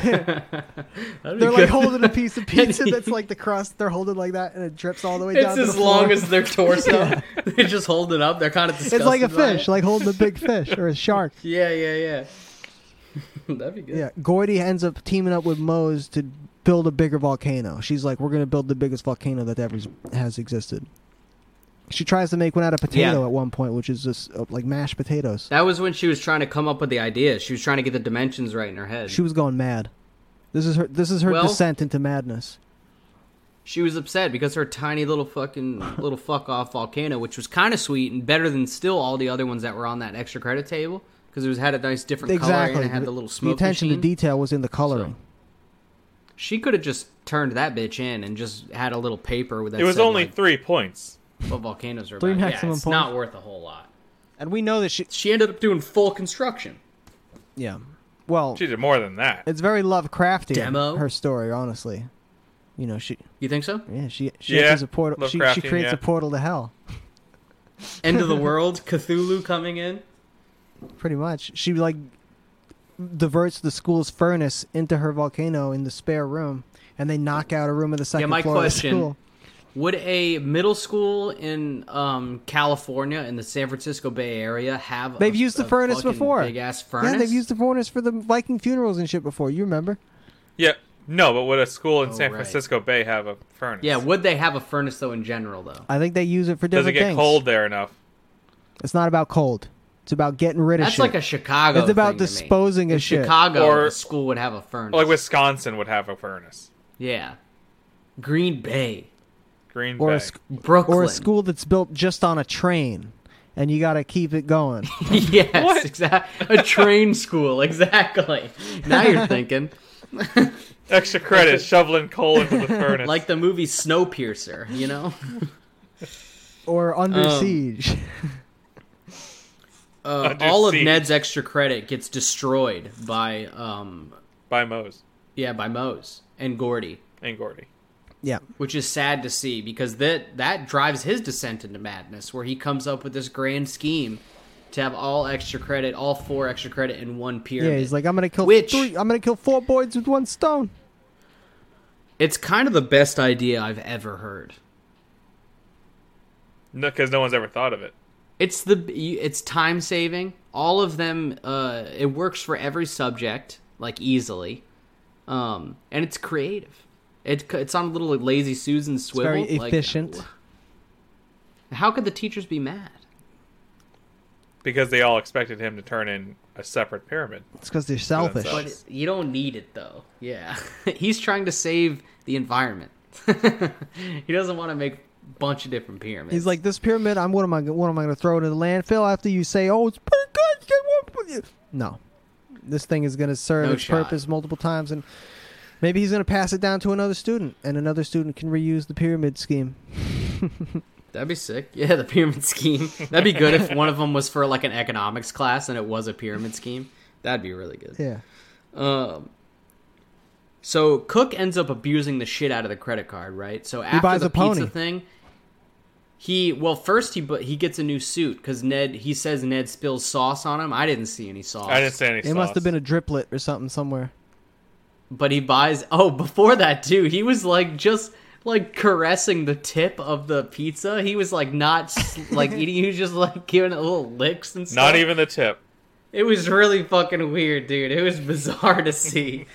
A: That'd be
B: They're like
A: good.
B: holding a piece of pizza that's like the crust. They're holding like that, and it drips all the way down.
A: it's
B: to the
A: as long
B: floor.
A: as their torso. They just hold it up. They're kind of disgusted.
B: It's like a
A: by
B: fish,
A: it.
B: like holding a big fish or a shark.
A: yeah, yeah, yeah. That'd be good.
B: Yeah, Gordy ends up teaming up with Mose to build a bigger volcano. She's like, "We're gonna build the biggest volcano that ever has existed." She tries to make one out of potato
A: Yeah.
B: at one point, which is just uh, like mashed potatoes.
A: That was when she was trying to come up with the idea. She was trying to get the dimensions right in her head.
B: She was going mad. This is her. This is her
A: Well-
B: descent into madness.
A: She was upset because her tiny little fucking little fuck off volcano, which was kind of sweet and better than still all the other ones that were on that extra credit table, because it was had a nice different
B: exactly.
A: color and it had the little smoke
B: attention
A: machine.
B: to detail was in the coloring.
A: she could have just turned that bitch in and just had a little paper with that.
C: It was
A: said,
C: only
A: like,
C: three points.
A: what volcanoes are
B: Three
A: about. Yeah,
B: maximum
A: it's
B: points.
A: not worth a whole lot.
B: And we know that she.
A: She ended up doing full construction.
B: Yeah. Well,
C: She did more than that.
B: it's very Lovecraftian.
A: Demo?
B: Her story, honestly. You know, she
A: You think so?
B: yeah she she
C: Yeah,
B: enters a portal. She, she
C: Lovecraftian,
B: creates
C: yeah.
B: a portal to hell.
A: End of the world, Cthulhu coming in.
B: Pretty much, she like diverts the school's furnace into her volcano in the spare room, and they knock out a room of the second
A: my
B: floor
A: question-
B: of the school.
A: Would a middle school in um, California in the San Francisco Bay Area have?
B: They've
A: a,
B: used the
A: a
B: furnace
A: fucking
B: before.
A: Big ass furnace.
B: Yeah, they've used the furnace for the Viking funerals and shit before. You remember?
C: Yeah. No, but would a school in
A: Oh,
C: San
A: right.
C: Francisco Bay have a furnace?
A: Yeah, would they have a furnace though in general though?
B: I think they use it for
C: Does
B: different
C: it get
B: things.
C: cold there enough?
B: It's not about cold. It's about getting rid of
A: That's
B: shit.
A: like a Chicago.
B: It's about
A: thing to me.
B: disposing of
A: In
B: shit.
A: Chicago,
C: Or-
A: a school would have a furnace.
C: Like Wisconsin would have a furnace.
A: yeah, Green Bay,
C: Green
B: or
C: Bay.
B: a, sc-
A: Brooklyn,
B: or a school that's built just on a train, and you got to keep it going.
A: yes,
C: What?
A: exactly. A train school, exactly. Now you're thinking
C: Extra credit shoveling coal into the furnace.
A: like the movie Snowpiercer, you know?
B: or under
A: Um,
B: siege.
A: Uh,
C: Under
A: all of
C: siege.
A: Ned's extra credit gets destroyed by um
C: by Moe's
A: yeah, by Mose and Gordy,
C: and Gordy.
B: yeah,
A: which is sad to see because that that drives his descent into madness where he comes up with this grand scheme to have all extra credit, all four extra credit in one pyramid.
B: yeah. He's like, I'm gonna kill
A: Which-
B: three. I'm gonna kill four boys with one stone.
A: it's kind of the best idea I've ever heard.
C: No, because no one's ever thought of it.
A: It's the you- it's time saving. All of them, uh, it works for every subject like easily, um, and it's creative. It c- it's on a little like, lazy Susan swivel.
B: very
A: like,
B: efficient.
A: how could the teachers be mad?
C: Because they all expected him to turn in a separate pyramid.
B: It's because they're selfish.
A: But
C: But-
A: it, you don't need it though. Yeah, he's trying to save the environment. he doesn't want to make a bunch of different pyramids.
B: He's like, this pyramid. I'm. What am I? What am I gonna throw into the landfill after you say, oh, it's pretty good. Get one for you. No, this thing is gonna serve
A: No
B: its
A: shot.
B: purpose multiple times, and maybe he's gonna pass it down to another student, and another student can reuse the pyramid scheme.
A: That'd be sick. Yeah, the pyramid scheme. That'd be good if one of them was for like an economics class and it was a pyramid scheme. That'd be really good.
B: Yeah.
A: Um, so Cook ends up abusing the shit out of the credit card, right? So after
B: buys
A: the
B: a pony.
A: pizza thing, he well first he but he gets a new suit because Ned he says Ned spills sauce on him. I didn't see any sauce.
C: I didn't say any.
B: It must have been a driplet or something somewhere.
A: but he buys. Oh, before that too, he was like just like caressing the tip of the pizza. He was like not s- like eating. He was just like giving it little licks and stuff.
C: not even the tip.
A: It was really fucking weird, dude. It was bizarre to see.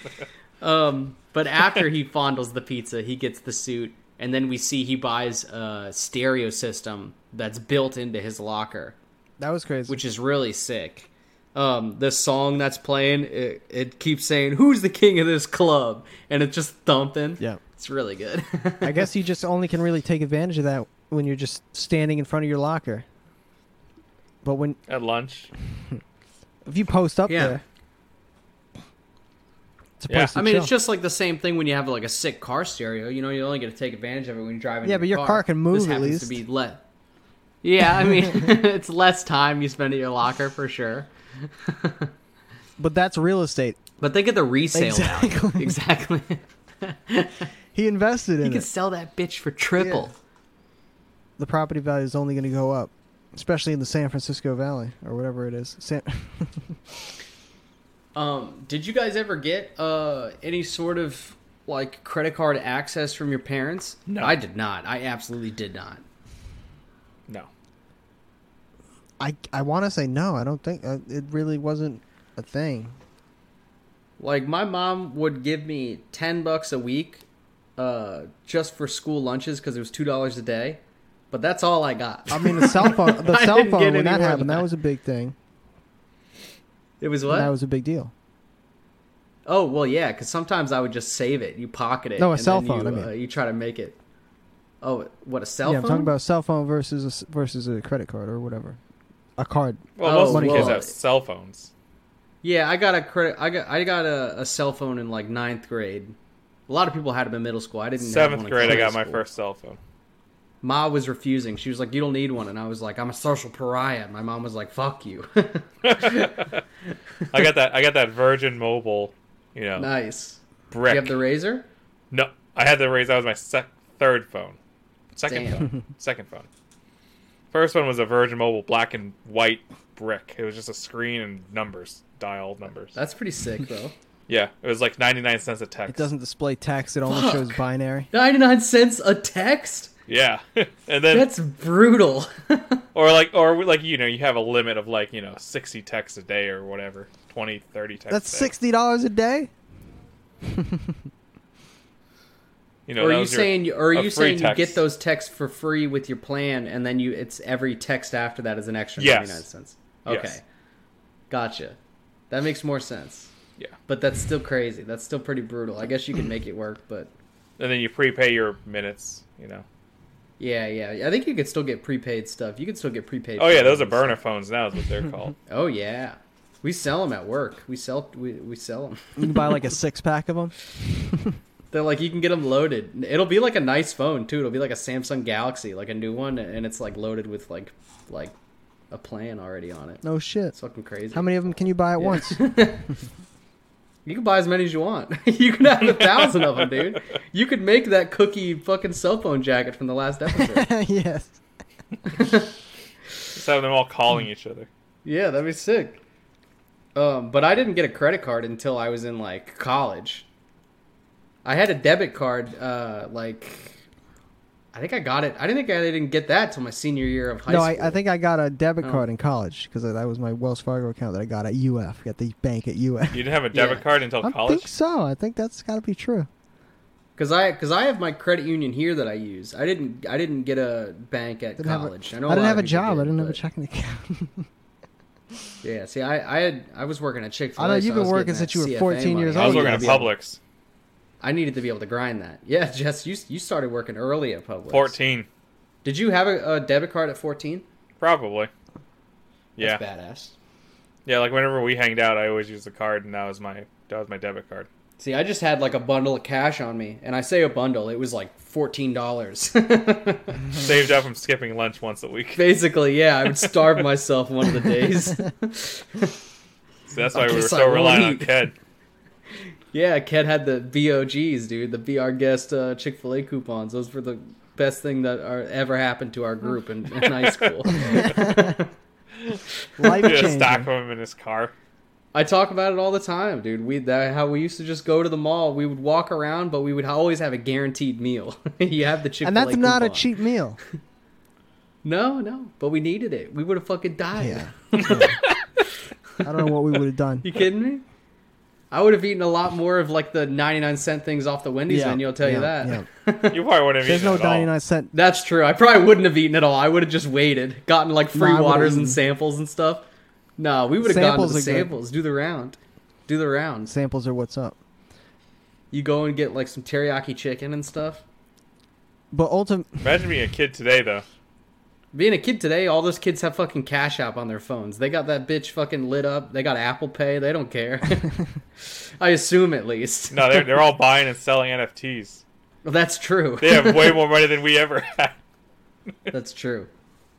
A: um, but after he fondles the pizza, he gets the suit, and then we see he buys a stereo system that's built into his locker,
B: That was crazy.
A: which is really sick. Um, the song that's playing, it, it keeps saying, "Who's the king of this club?" and it's just thumping.
B: Yeah.
A: it's really good.
B: I guess you just only can really take advantage of that when you're just standing in front of your locker. But when
C: At lunch,
B: if you post up
A: Yeah.
B: there, it's a
C: Yeah.
B: place to
A: I mean,
B: chill.
A: it's just like the same thing when you have like a sick car stereo. You know, you only get to take advantage of it when you're driving.
B: Yeah,
A: in
B: but your
A: car.
B: car can move
A: This
B: at
A: happens to
B: least.
A: be le- Yeah, I mean, it's less time you spend at your locker for sure.
B: but that's real estate.
A: But they get the resale value.
B: Exactly.
A: Exactly.
B: He invested
A: you
B: in
A: can
B: it.
A: sell that bitch for triple.
B: The property value is only going to go up, especially in the San Francisco Valley or whatever it is. San-
A: Um, did you guys ever get uh any sort of like credit card access from your parents?
C: No.
A: I did not. I absolutely did not.
C: no.
B: I I want to say no. I don't think uh, it really wasn't a thing.
A: Like my mom would give me ten bucks a week, uh, just for school lunches because it was two dollars a day, but that's all I got.
B: I mean, the cell phone. The
A: I
B: cell
A: didn't
B: phone
A: get
B: when
A: any
B: that
A: more
B: happened,
A: than
B: that
A: that.
B: was a big thing.
A: it was
B: And
A: what?
B: That was a big deal.
A: oh well, yeah, because sometimes I would just save it. You pocket it.
B: No, a
A: and
B: cell
A: then
B: phone,
A: You,
B: I mean.
A: uh, you try to make it. Oh, what a cell
B: yeah,
A: phone!
B: I'm talking about a cell phone versus a, s- versus a credit card or whatever. a card.
C: Well,
A: Oh,
C: most of the kids
A: well.
C: have cell phones.
A: Yeah, I got a credit. I got I got a, a cell phone in like ninth grade. A lot of people had them in middle school. I didn't. have
C: Seventh
A: one in
C: grade, I
A: high
C: got my
A: school.
C: first cell phone.
A: Ma was refusing. She was like, "You don't need one," and I was like, "I'm a social pariah." My mom was like, "Fuck you."
C: I got that. I got that Virgin Mobile. You know,
A: nice.
C: brick.
A: You have the razor.
C: no, I had the raise. That was my sec- third phone. Second
A: Damn.
C: phone. Second phone. First one was a Virgin Mobile black and white brick. It was just a screen and numbers, dial numbers.
A: That's pretty sick, though.
C: yeah, it was like ninety nine cents a text.
B: It doesn't display text. It only shows binary.
A: Ninety nine cents a text.
C: Yeah, and then
A: That's brutal.
C: or like or like you know you have a limit of like you know 60 texts a day or whatever 20 30 texts
B: That's
C: a day.
B: sixty dollars a day.
C: you know
A: or
C: that
A: are you
C: was your-
A: saying? Or are
C: a
A: you
C: free
A: saying
C: text.
A: you get those texts for free with your plan, and then you it's every text after that is an extra
C: Yes.
A: ninety nine cents? Okay,
C: Yes.
A: gotcha. That makes more sense.
C: yeah
A: But that's still crazy. That's still pretty brutal. I guess you can make it work, but
C: and then you prepay your minutes you know
A: yeah, yeah. I think you could still get prepaid stuff. You could still get prepaid.
C: oh yeah those are
A: phones.
C: burner phones now is what they're called
A: Oh yeah, we sell them at work. We sell we, we sell them.
B: You can buy like a six pack of them.
A: They're like you can get them loaded. It'll be like a nice phone too. It'll be like a Samsung Galaxy, like a new one, and it's like loaded with like like a plan already on it.
B: No shit.
A: It's fucking crazy.
B: How many of them can you buy at
A: Yeah.
B: once?
A: You can buy as many as you want. you can have a thousand of them, dude. You could make that cookie fucking cell phone jacket from the last episode.
B: yes.
C: just have them all calling each other
A: yeah, that'd be sick. Um, but I didn't get a credit card until I was in like college. I had a debit card. Uh, like, I think I got it. I didn't think I didn't get that till my senior year of high
B: No,
A: school.
B: I, I think I got a debit
A: Oh.
B: card in college because that was my Wells Fargo account that I got at UF. Got the bank at UF.
C: you didn't have a debit
A: Yeah.
C: card until
B: I
C: college
B: think so. I think that's got to be true.
A: Cause I, cause I have my credit union here that I use. I didn't, I didn't get a bank at
B: Didn't have a-
A: college. I know
B: I didn't
A: lot
B: have
A: of
B: a
A: people
B: job.
A: did,
B: I didn't have a
A: but-
B: checking account.
A: Yeah, see, I, I had, I was working at Chick Fil A.
B: I know you've been working since you were 14 years
C: i was
B: Oh,
C: working
B: yeah.
C: at publix
A: I needed to be able to grind that. Yeah, Jess, you you started working early at Publix.
C: 14
A: Did you have a, a debit card at 14?
C: probably yeah
A: That's badass.
C: yeah like whenever we hanged out i always used the card and that was my that was my debit card
A: See, I just had like a bundle of cash on me, and I say a bundle, it was like fourteen dollars.
C: saved up from skipping lunch once a week
A: Basically, yeah, I would starve myself one of the days.
C: so that's
A: I
C: why we were
A: guess I
C: so
A: won't
C: reliant on
A: eat.
C: ked
A: yeah, Ken had the BOGs, dude, the be our guest uh, Chick Fil A coupons. Those were the best thing that are, ever happened to our group in, in high school.
B: Life
C: He had a stack of
B: changing.
C: them in his car
A: I talk about it all the time, dude. We that how we used to just go to the mall. We would walk around, but we would always have a guaranteed meal. you have the Chick.
B: And that's not a cheap meal.
A: No, no, but we needed it. We would have fucking died.
B: Yeah. I don't know what we would have done.
A: you kidding me? I would have eaten a lot more of like the ninety nine cent things off the Wendy's
B: Yeah,
A: menu. I'll tell you
B: yeah,
A: that.
C: You probably wouldn't have
B: There's
C: eaten
B: no
C: it at all.
B: 99 cent.
A: That's true. I probably wouldn't have eaten at all. I would have just waited, gotten like free
B: Nah, I would've
A: waters and
B: eaten.
A: samples and stuff. No, we would have gone to
B: Samples
A: the
B: are good.
A: samples. Do the round. Do the rounds.
B: Samples are what's up.
A: You go and get like some teriyaki chicken and stuff.
B: But ultimate,
C: Imagine being a kid today, though.
A: Being a kid today, all those kids have fucking Cash App on their phones. They got that bitch fucking lit up. They got Apple Pay. They don't care. I assume at least.
C: No, they're, they're all buying and selling NFTs.
A: Well, that's true.
C: They have way more money than we ever had.
A: That's true.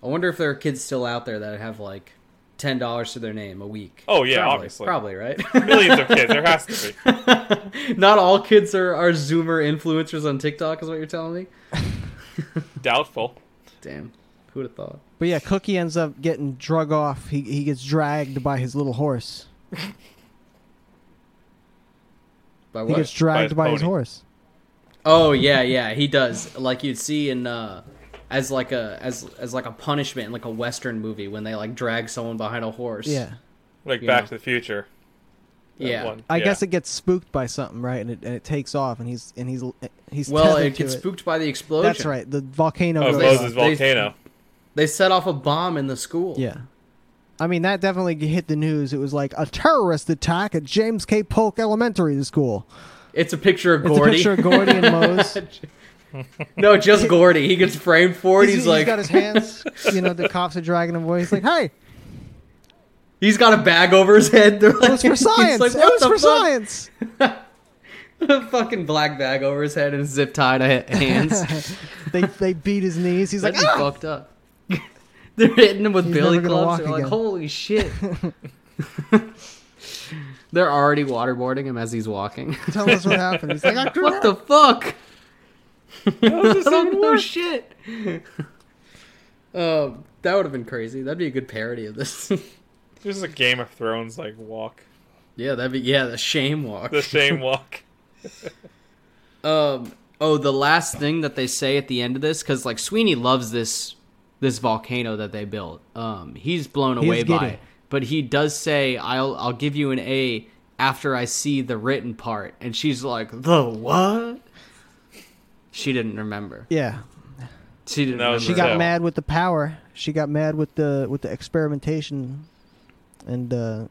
A: I wonder if there are kids still out there that have like ten dollars to their name a week.
C: Oh, yeah,
A: probably,
C: obviously.
A: probably right.
C: Millions of kids. There has to be.
A: Not all kids are are Zoomer influencers on TikTok, is what you're telling me.
C: Doubtful.
A: Damn, who'd have thought?
B: but yeah, Cookie ends up getting drug off. He he gets dragged by his little horse.
A: By
B: He
A: what?
B: gets dragged
C: By
B: by
C: his
B: his
C: pony.
B: horse.
A: Oh yeah, yeah, he does. Like you'd see in uh as like a as as like a punishment in like a western movie when they like drag someone behind a horse.
B: Yeah.
C: Like
A: Yeah.
C: Back to the Future. That
A: Yeah.
C: one.
B: I
C: Yeah.
B: guess it gets spooked by something, right? And it, and it takes off, and he's and he's he's
A: Well,
B: tethered
A: it
B: to
A: gets
B: it.
A: spooked by the explosion.
B: That's right. The volcano
C: Oh,
B: goes
C: Moses
B: off.
A: They-
C: Volcano.
A: They set off a bomb in the school.
B: Yeah. I mean, that definitely hit the news. It was like a terrorist attack at James K. Polk Elementary School.
A: It's a picture of
B: It's
A: Gordy.
B: a picture of Gordy and Mose.
A: no, just Gordy. He gets framed for it. He's,
B: he's, he's
A: like
B: got his hands, you know, the cops are dragging him away. He's like, hey,
A: He's got a bag over his head. They're like,
B: It was for
A: he's
B: science.
A: like,
B: it
A: "What
B: was
A: the
B: for
A: fuck?"
B: science.
A: A fucking black bag over his head and zip tied a- hands.
B: They they beat his knees. He's like,
A: That'd be
B: ah!
A: fucked up. They're hitting him with
B: He's
A: billy
B: never gonna
A: clubs.
B: walk
A: They're like,
B: again.
A: holy shit. They're already waterboarding him as he's walking.
B: tell us what happened. He's like, I grew
A: what
B: up.
A: the fuck?
C: was just
A: I don't
C: saying
A: know
C: that.
A: shit. um, that would have been crazy. That'd be a good parody of this.
C: This is a Game of Thrones like walk.
A: yeah, that'd be yeah the shame walk.
C: The shame walk.
A: Um. Oh, the last thing that they say at the end of this, because like Sweeney loves this this volcano that they built. Um, he's blown
B: He is
A: away by
B: giddy.
A: it, but he does say, "I'll I'll give you an A after I see the written part," and she's like, "The what?" She didn't remember.
B: Yeah,
A: She didn't.
C: That
A: remember.
C: was
B: she got
C: So-
B: mad with the power. She got mad with the with the experimentation, and uh,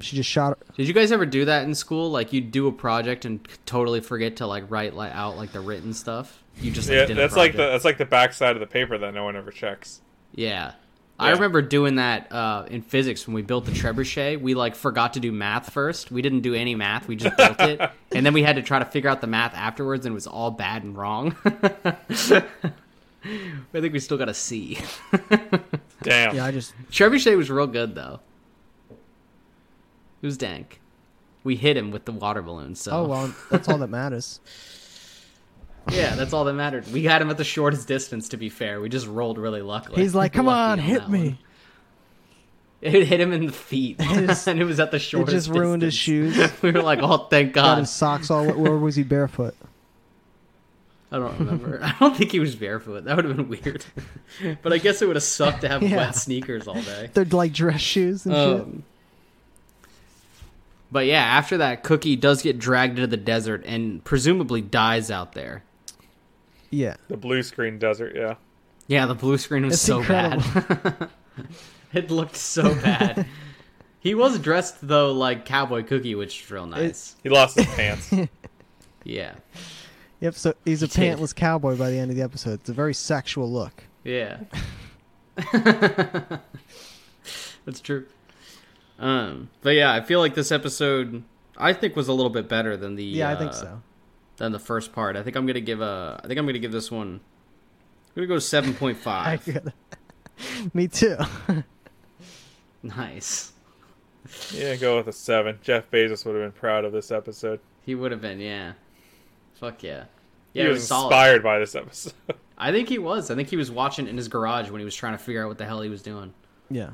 B: she just shot.
A: Did you guys ever do that in school? Like you would do a project and totally forget to like write like, out like the written stuff. You just like,
C: Yeah,
A: did a
C: that's like the
A: project.
C: that's like the backside of the paper that no one ever checks.
A: Yeah. I
C: Yeah.
A: remember doing that uh, in physics when we built the trebuchet. We like forgot to do math first. We didn't do any math. We just built it, and then we had to try to figure out the math afterwards, and it was all bad and wrong. I think we still got a C.
C: Damn.
B: Yeah, I just
A: trebuchet was real good though. It was dank. We hit him with the water balloon. So
B: oh well, that's all that matters.
A: yeah, that's all that mattered. We had him at the shortest distance. To be fair, we just rolled really luckily.
B: He's like, come
A: Lucky
B: on, hit
A: that
B: me.
A: one. It hit him in the feet,
B: just-
A: and it was at the
B: It
A: shortest.
B: just ruined his
A: distance.
B: shoes.
A: we were like, "Oh, thank
B: Got
A: God!"
B: his socks all. Where was he barefoot?
A: I don't remember. I don't think he was barefoot. That would have been weird. but I guess it would have sucked to have
B: Yeah.
A: wet sneakers all day.
B: They're like dress shoes and shit.
A: Um, but yeah, after that, Cookie does get dragged into the desert and presumably dies out there.
B: Yeah,
C: The blue screen desert, yeah.
A: Yeah, the blue screen was
B: It's
A: so bad. it looked so bad. he was dressed though like Cowboy Cookie, which is real nice.
C: He lost his pants.
A: yeah.
B: yep. So he's a
A: He did.
B: pantless cowboy by the end of the episode. It's a very sexual look.
A: Yeah. That's true. Um, but yeah, I feel like this episode I think was a little bit better than the
B: Yeah, I
A: uh,
B: think so.
A: than the first part. I think I'm gonna give a I think I'm gonna give this one I'm gonna go seven point
B: I
A: five.
B: got Me too.
A: Nice.
C: yeah, go with a seven. Jeff Bezos would have been proud of this episode.
A: He would have been, yeah. Fuck yeah. Yeah,
C: he
A: it
C: was,
A: was solid.
C: inspired by this episode.
A: I think he was. I think he was watching it in his garage when he was trying to figure out what the hell he was doing.
B: Yeah.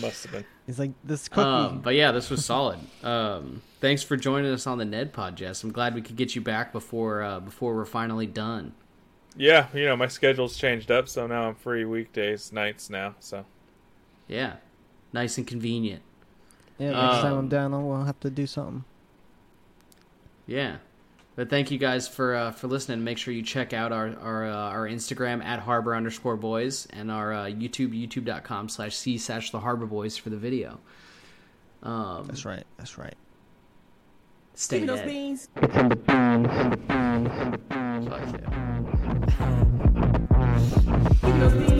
C: Must have been.
B: He's like this cookie.
A: Um, but yeah, this was solid. Um, thanks for joining us on the Ned Pod, Jess. I'm glad we could get you back before uh, before we're finally done.
C: Yeah, you know, my schedule's changed up, so now I'm free weekdays, nights now, so
A: Yeah, nice and convenient.
B: yeah, next time
A: um,
B: I'm down, I'll, we'll have to do something.
A: Yeah, but thank you guys for uh, for listening. Make sure you check out our our, uh, our Instagram at harbor underscore boys and our uh, YouTube youtube.com slash c slash the harbor boys for the video. Um,
B: That's right. That's right.
A: stay
D: Give me those
A: Ned.
D: beans.
A: Fuck yeah.
D: Give me those beans.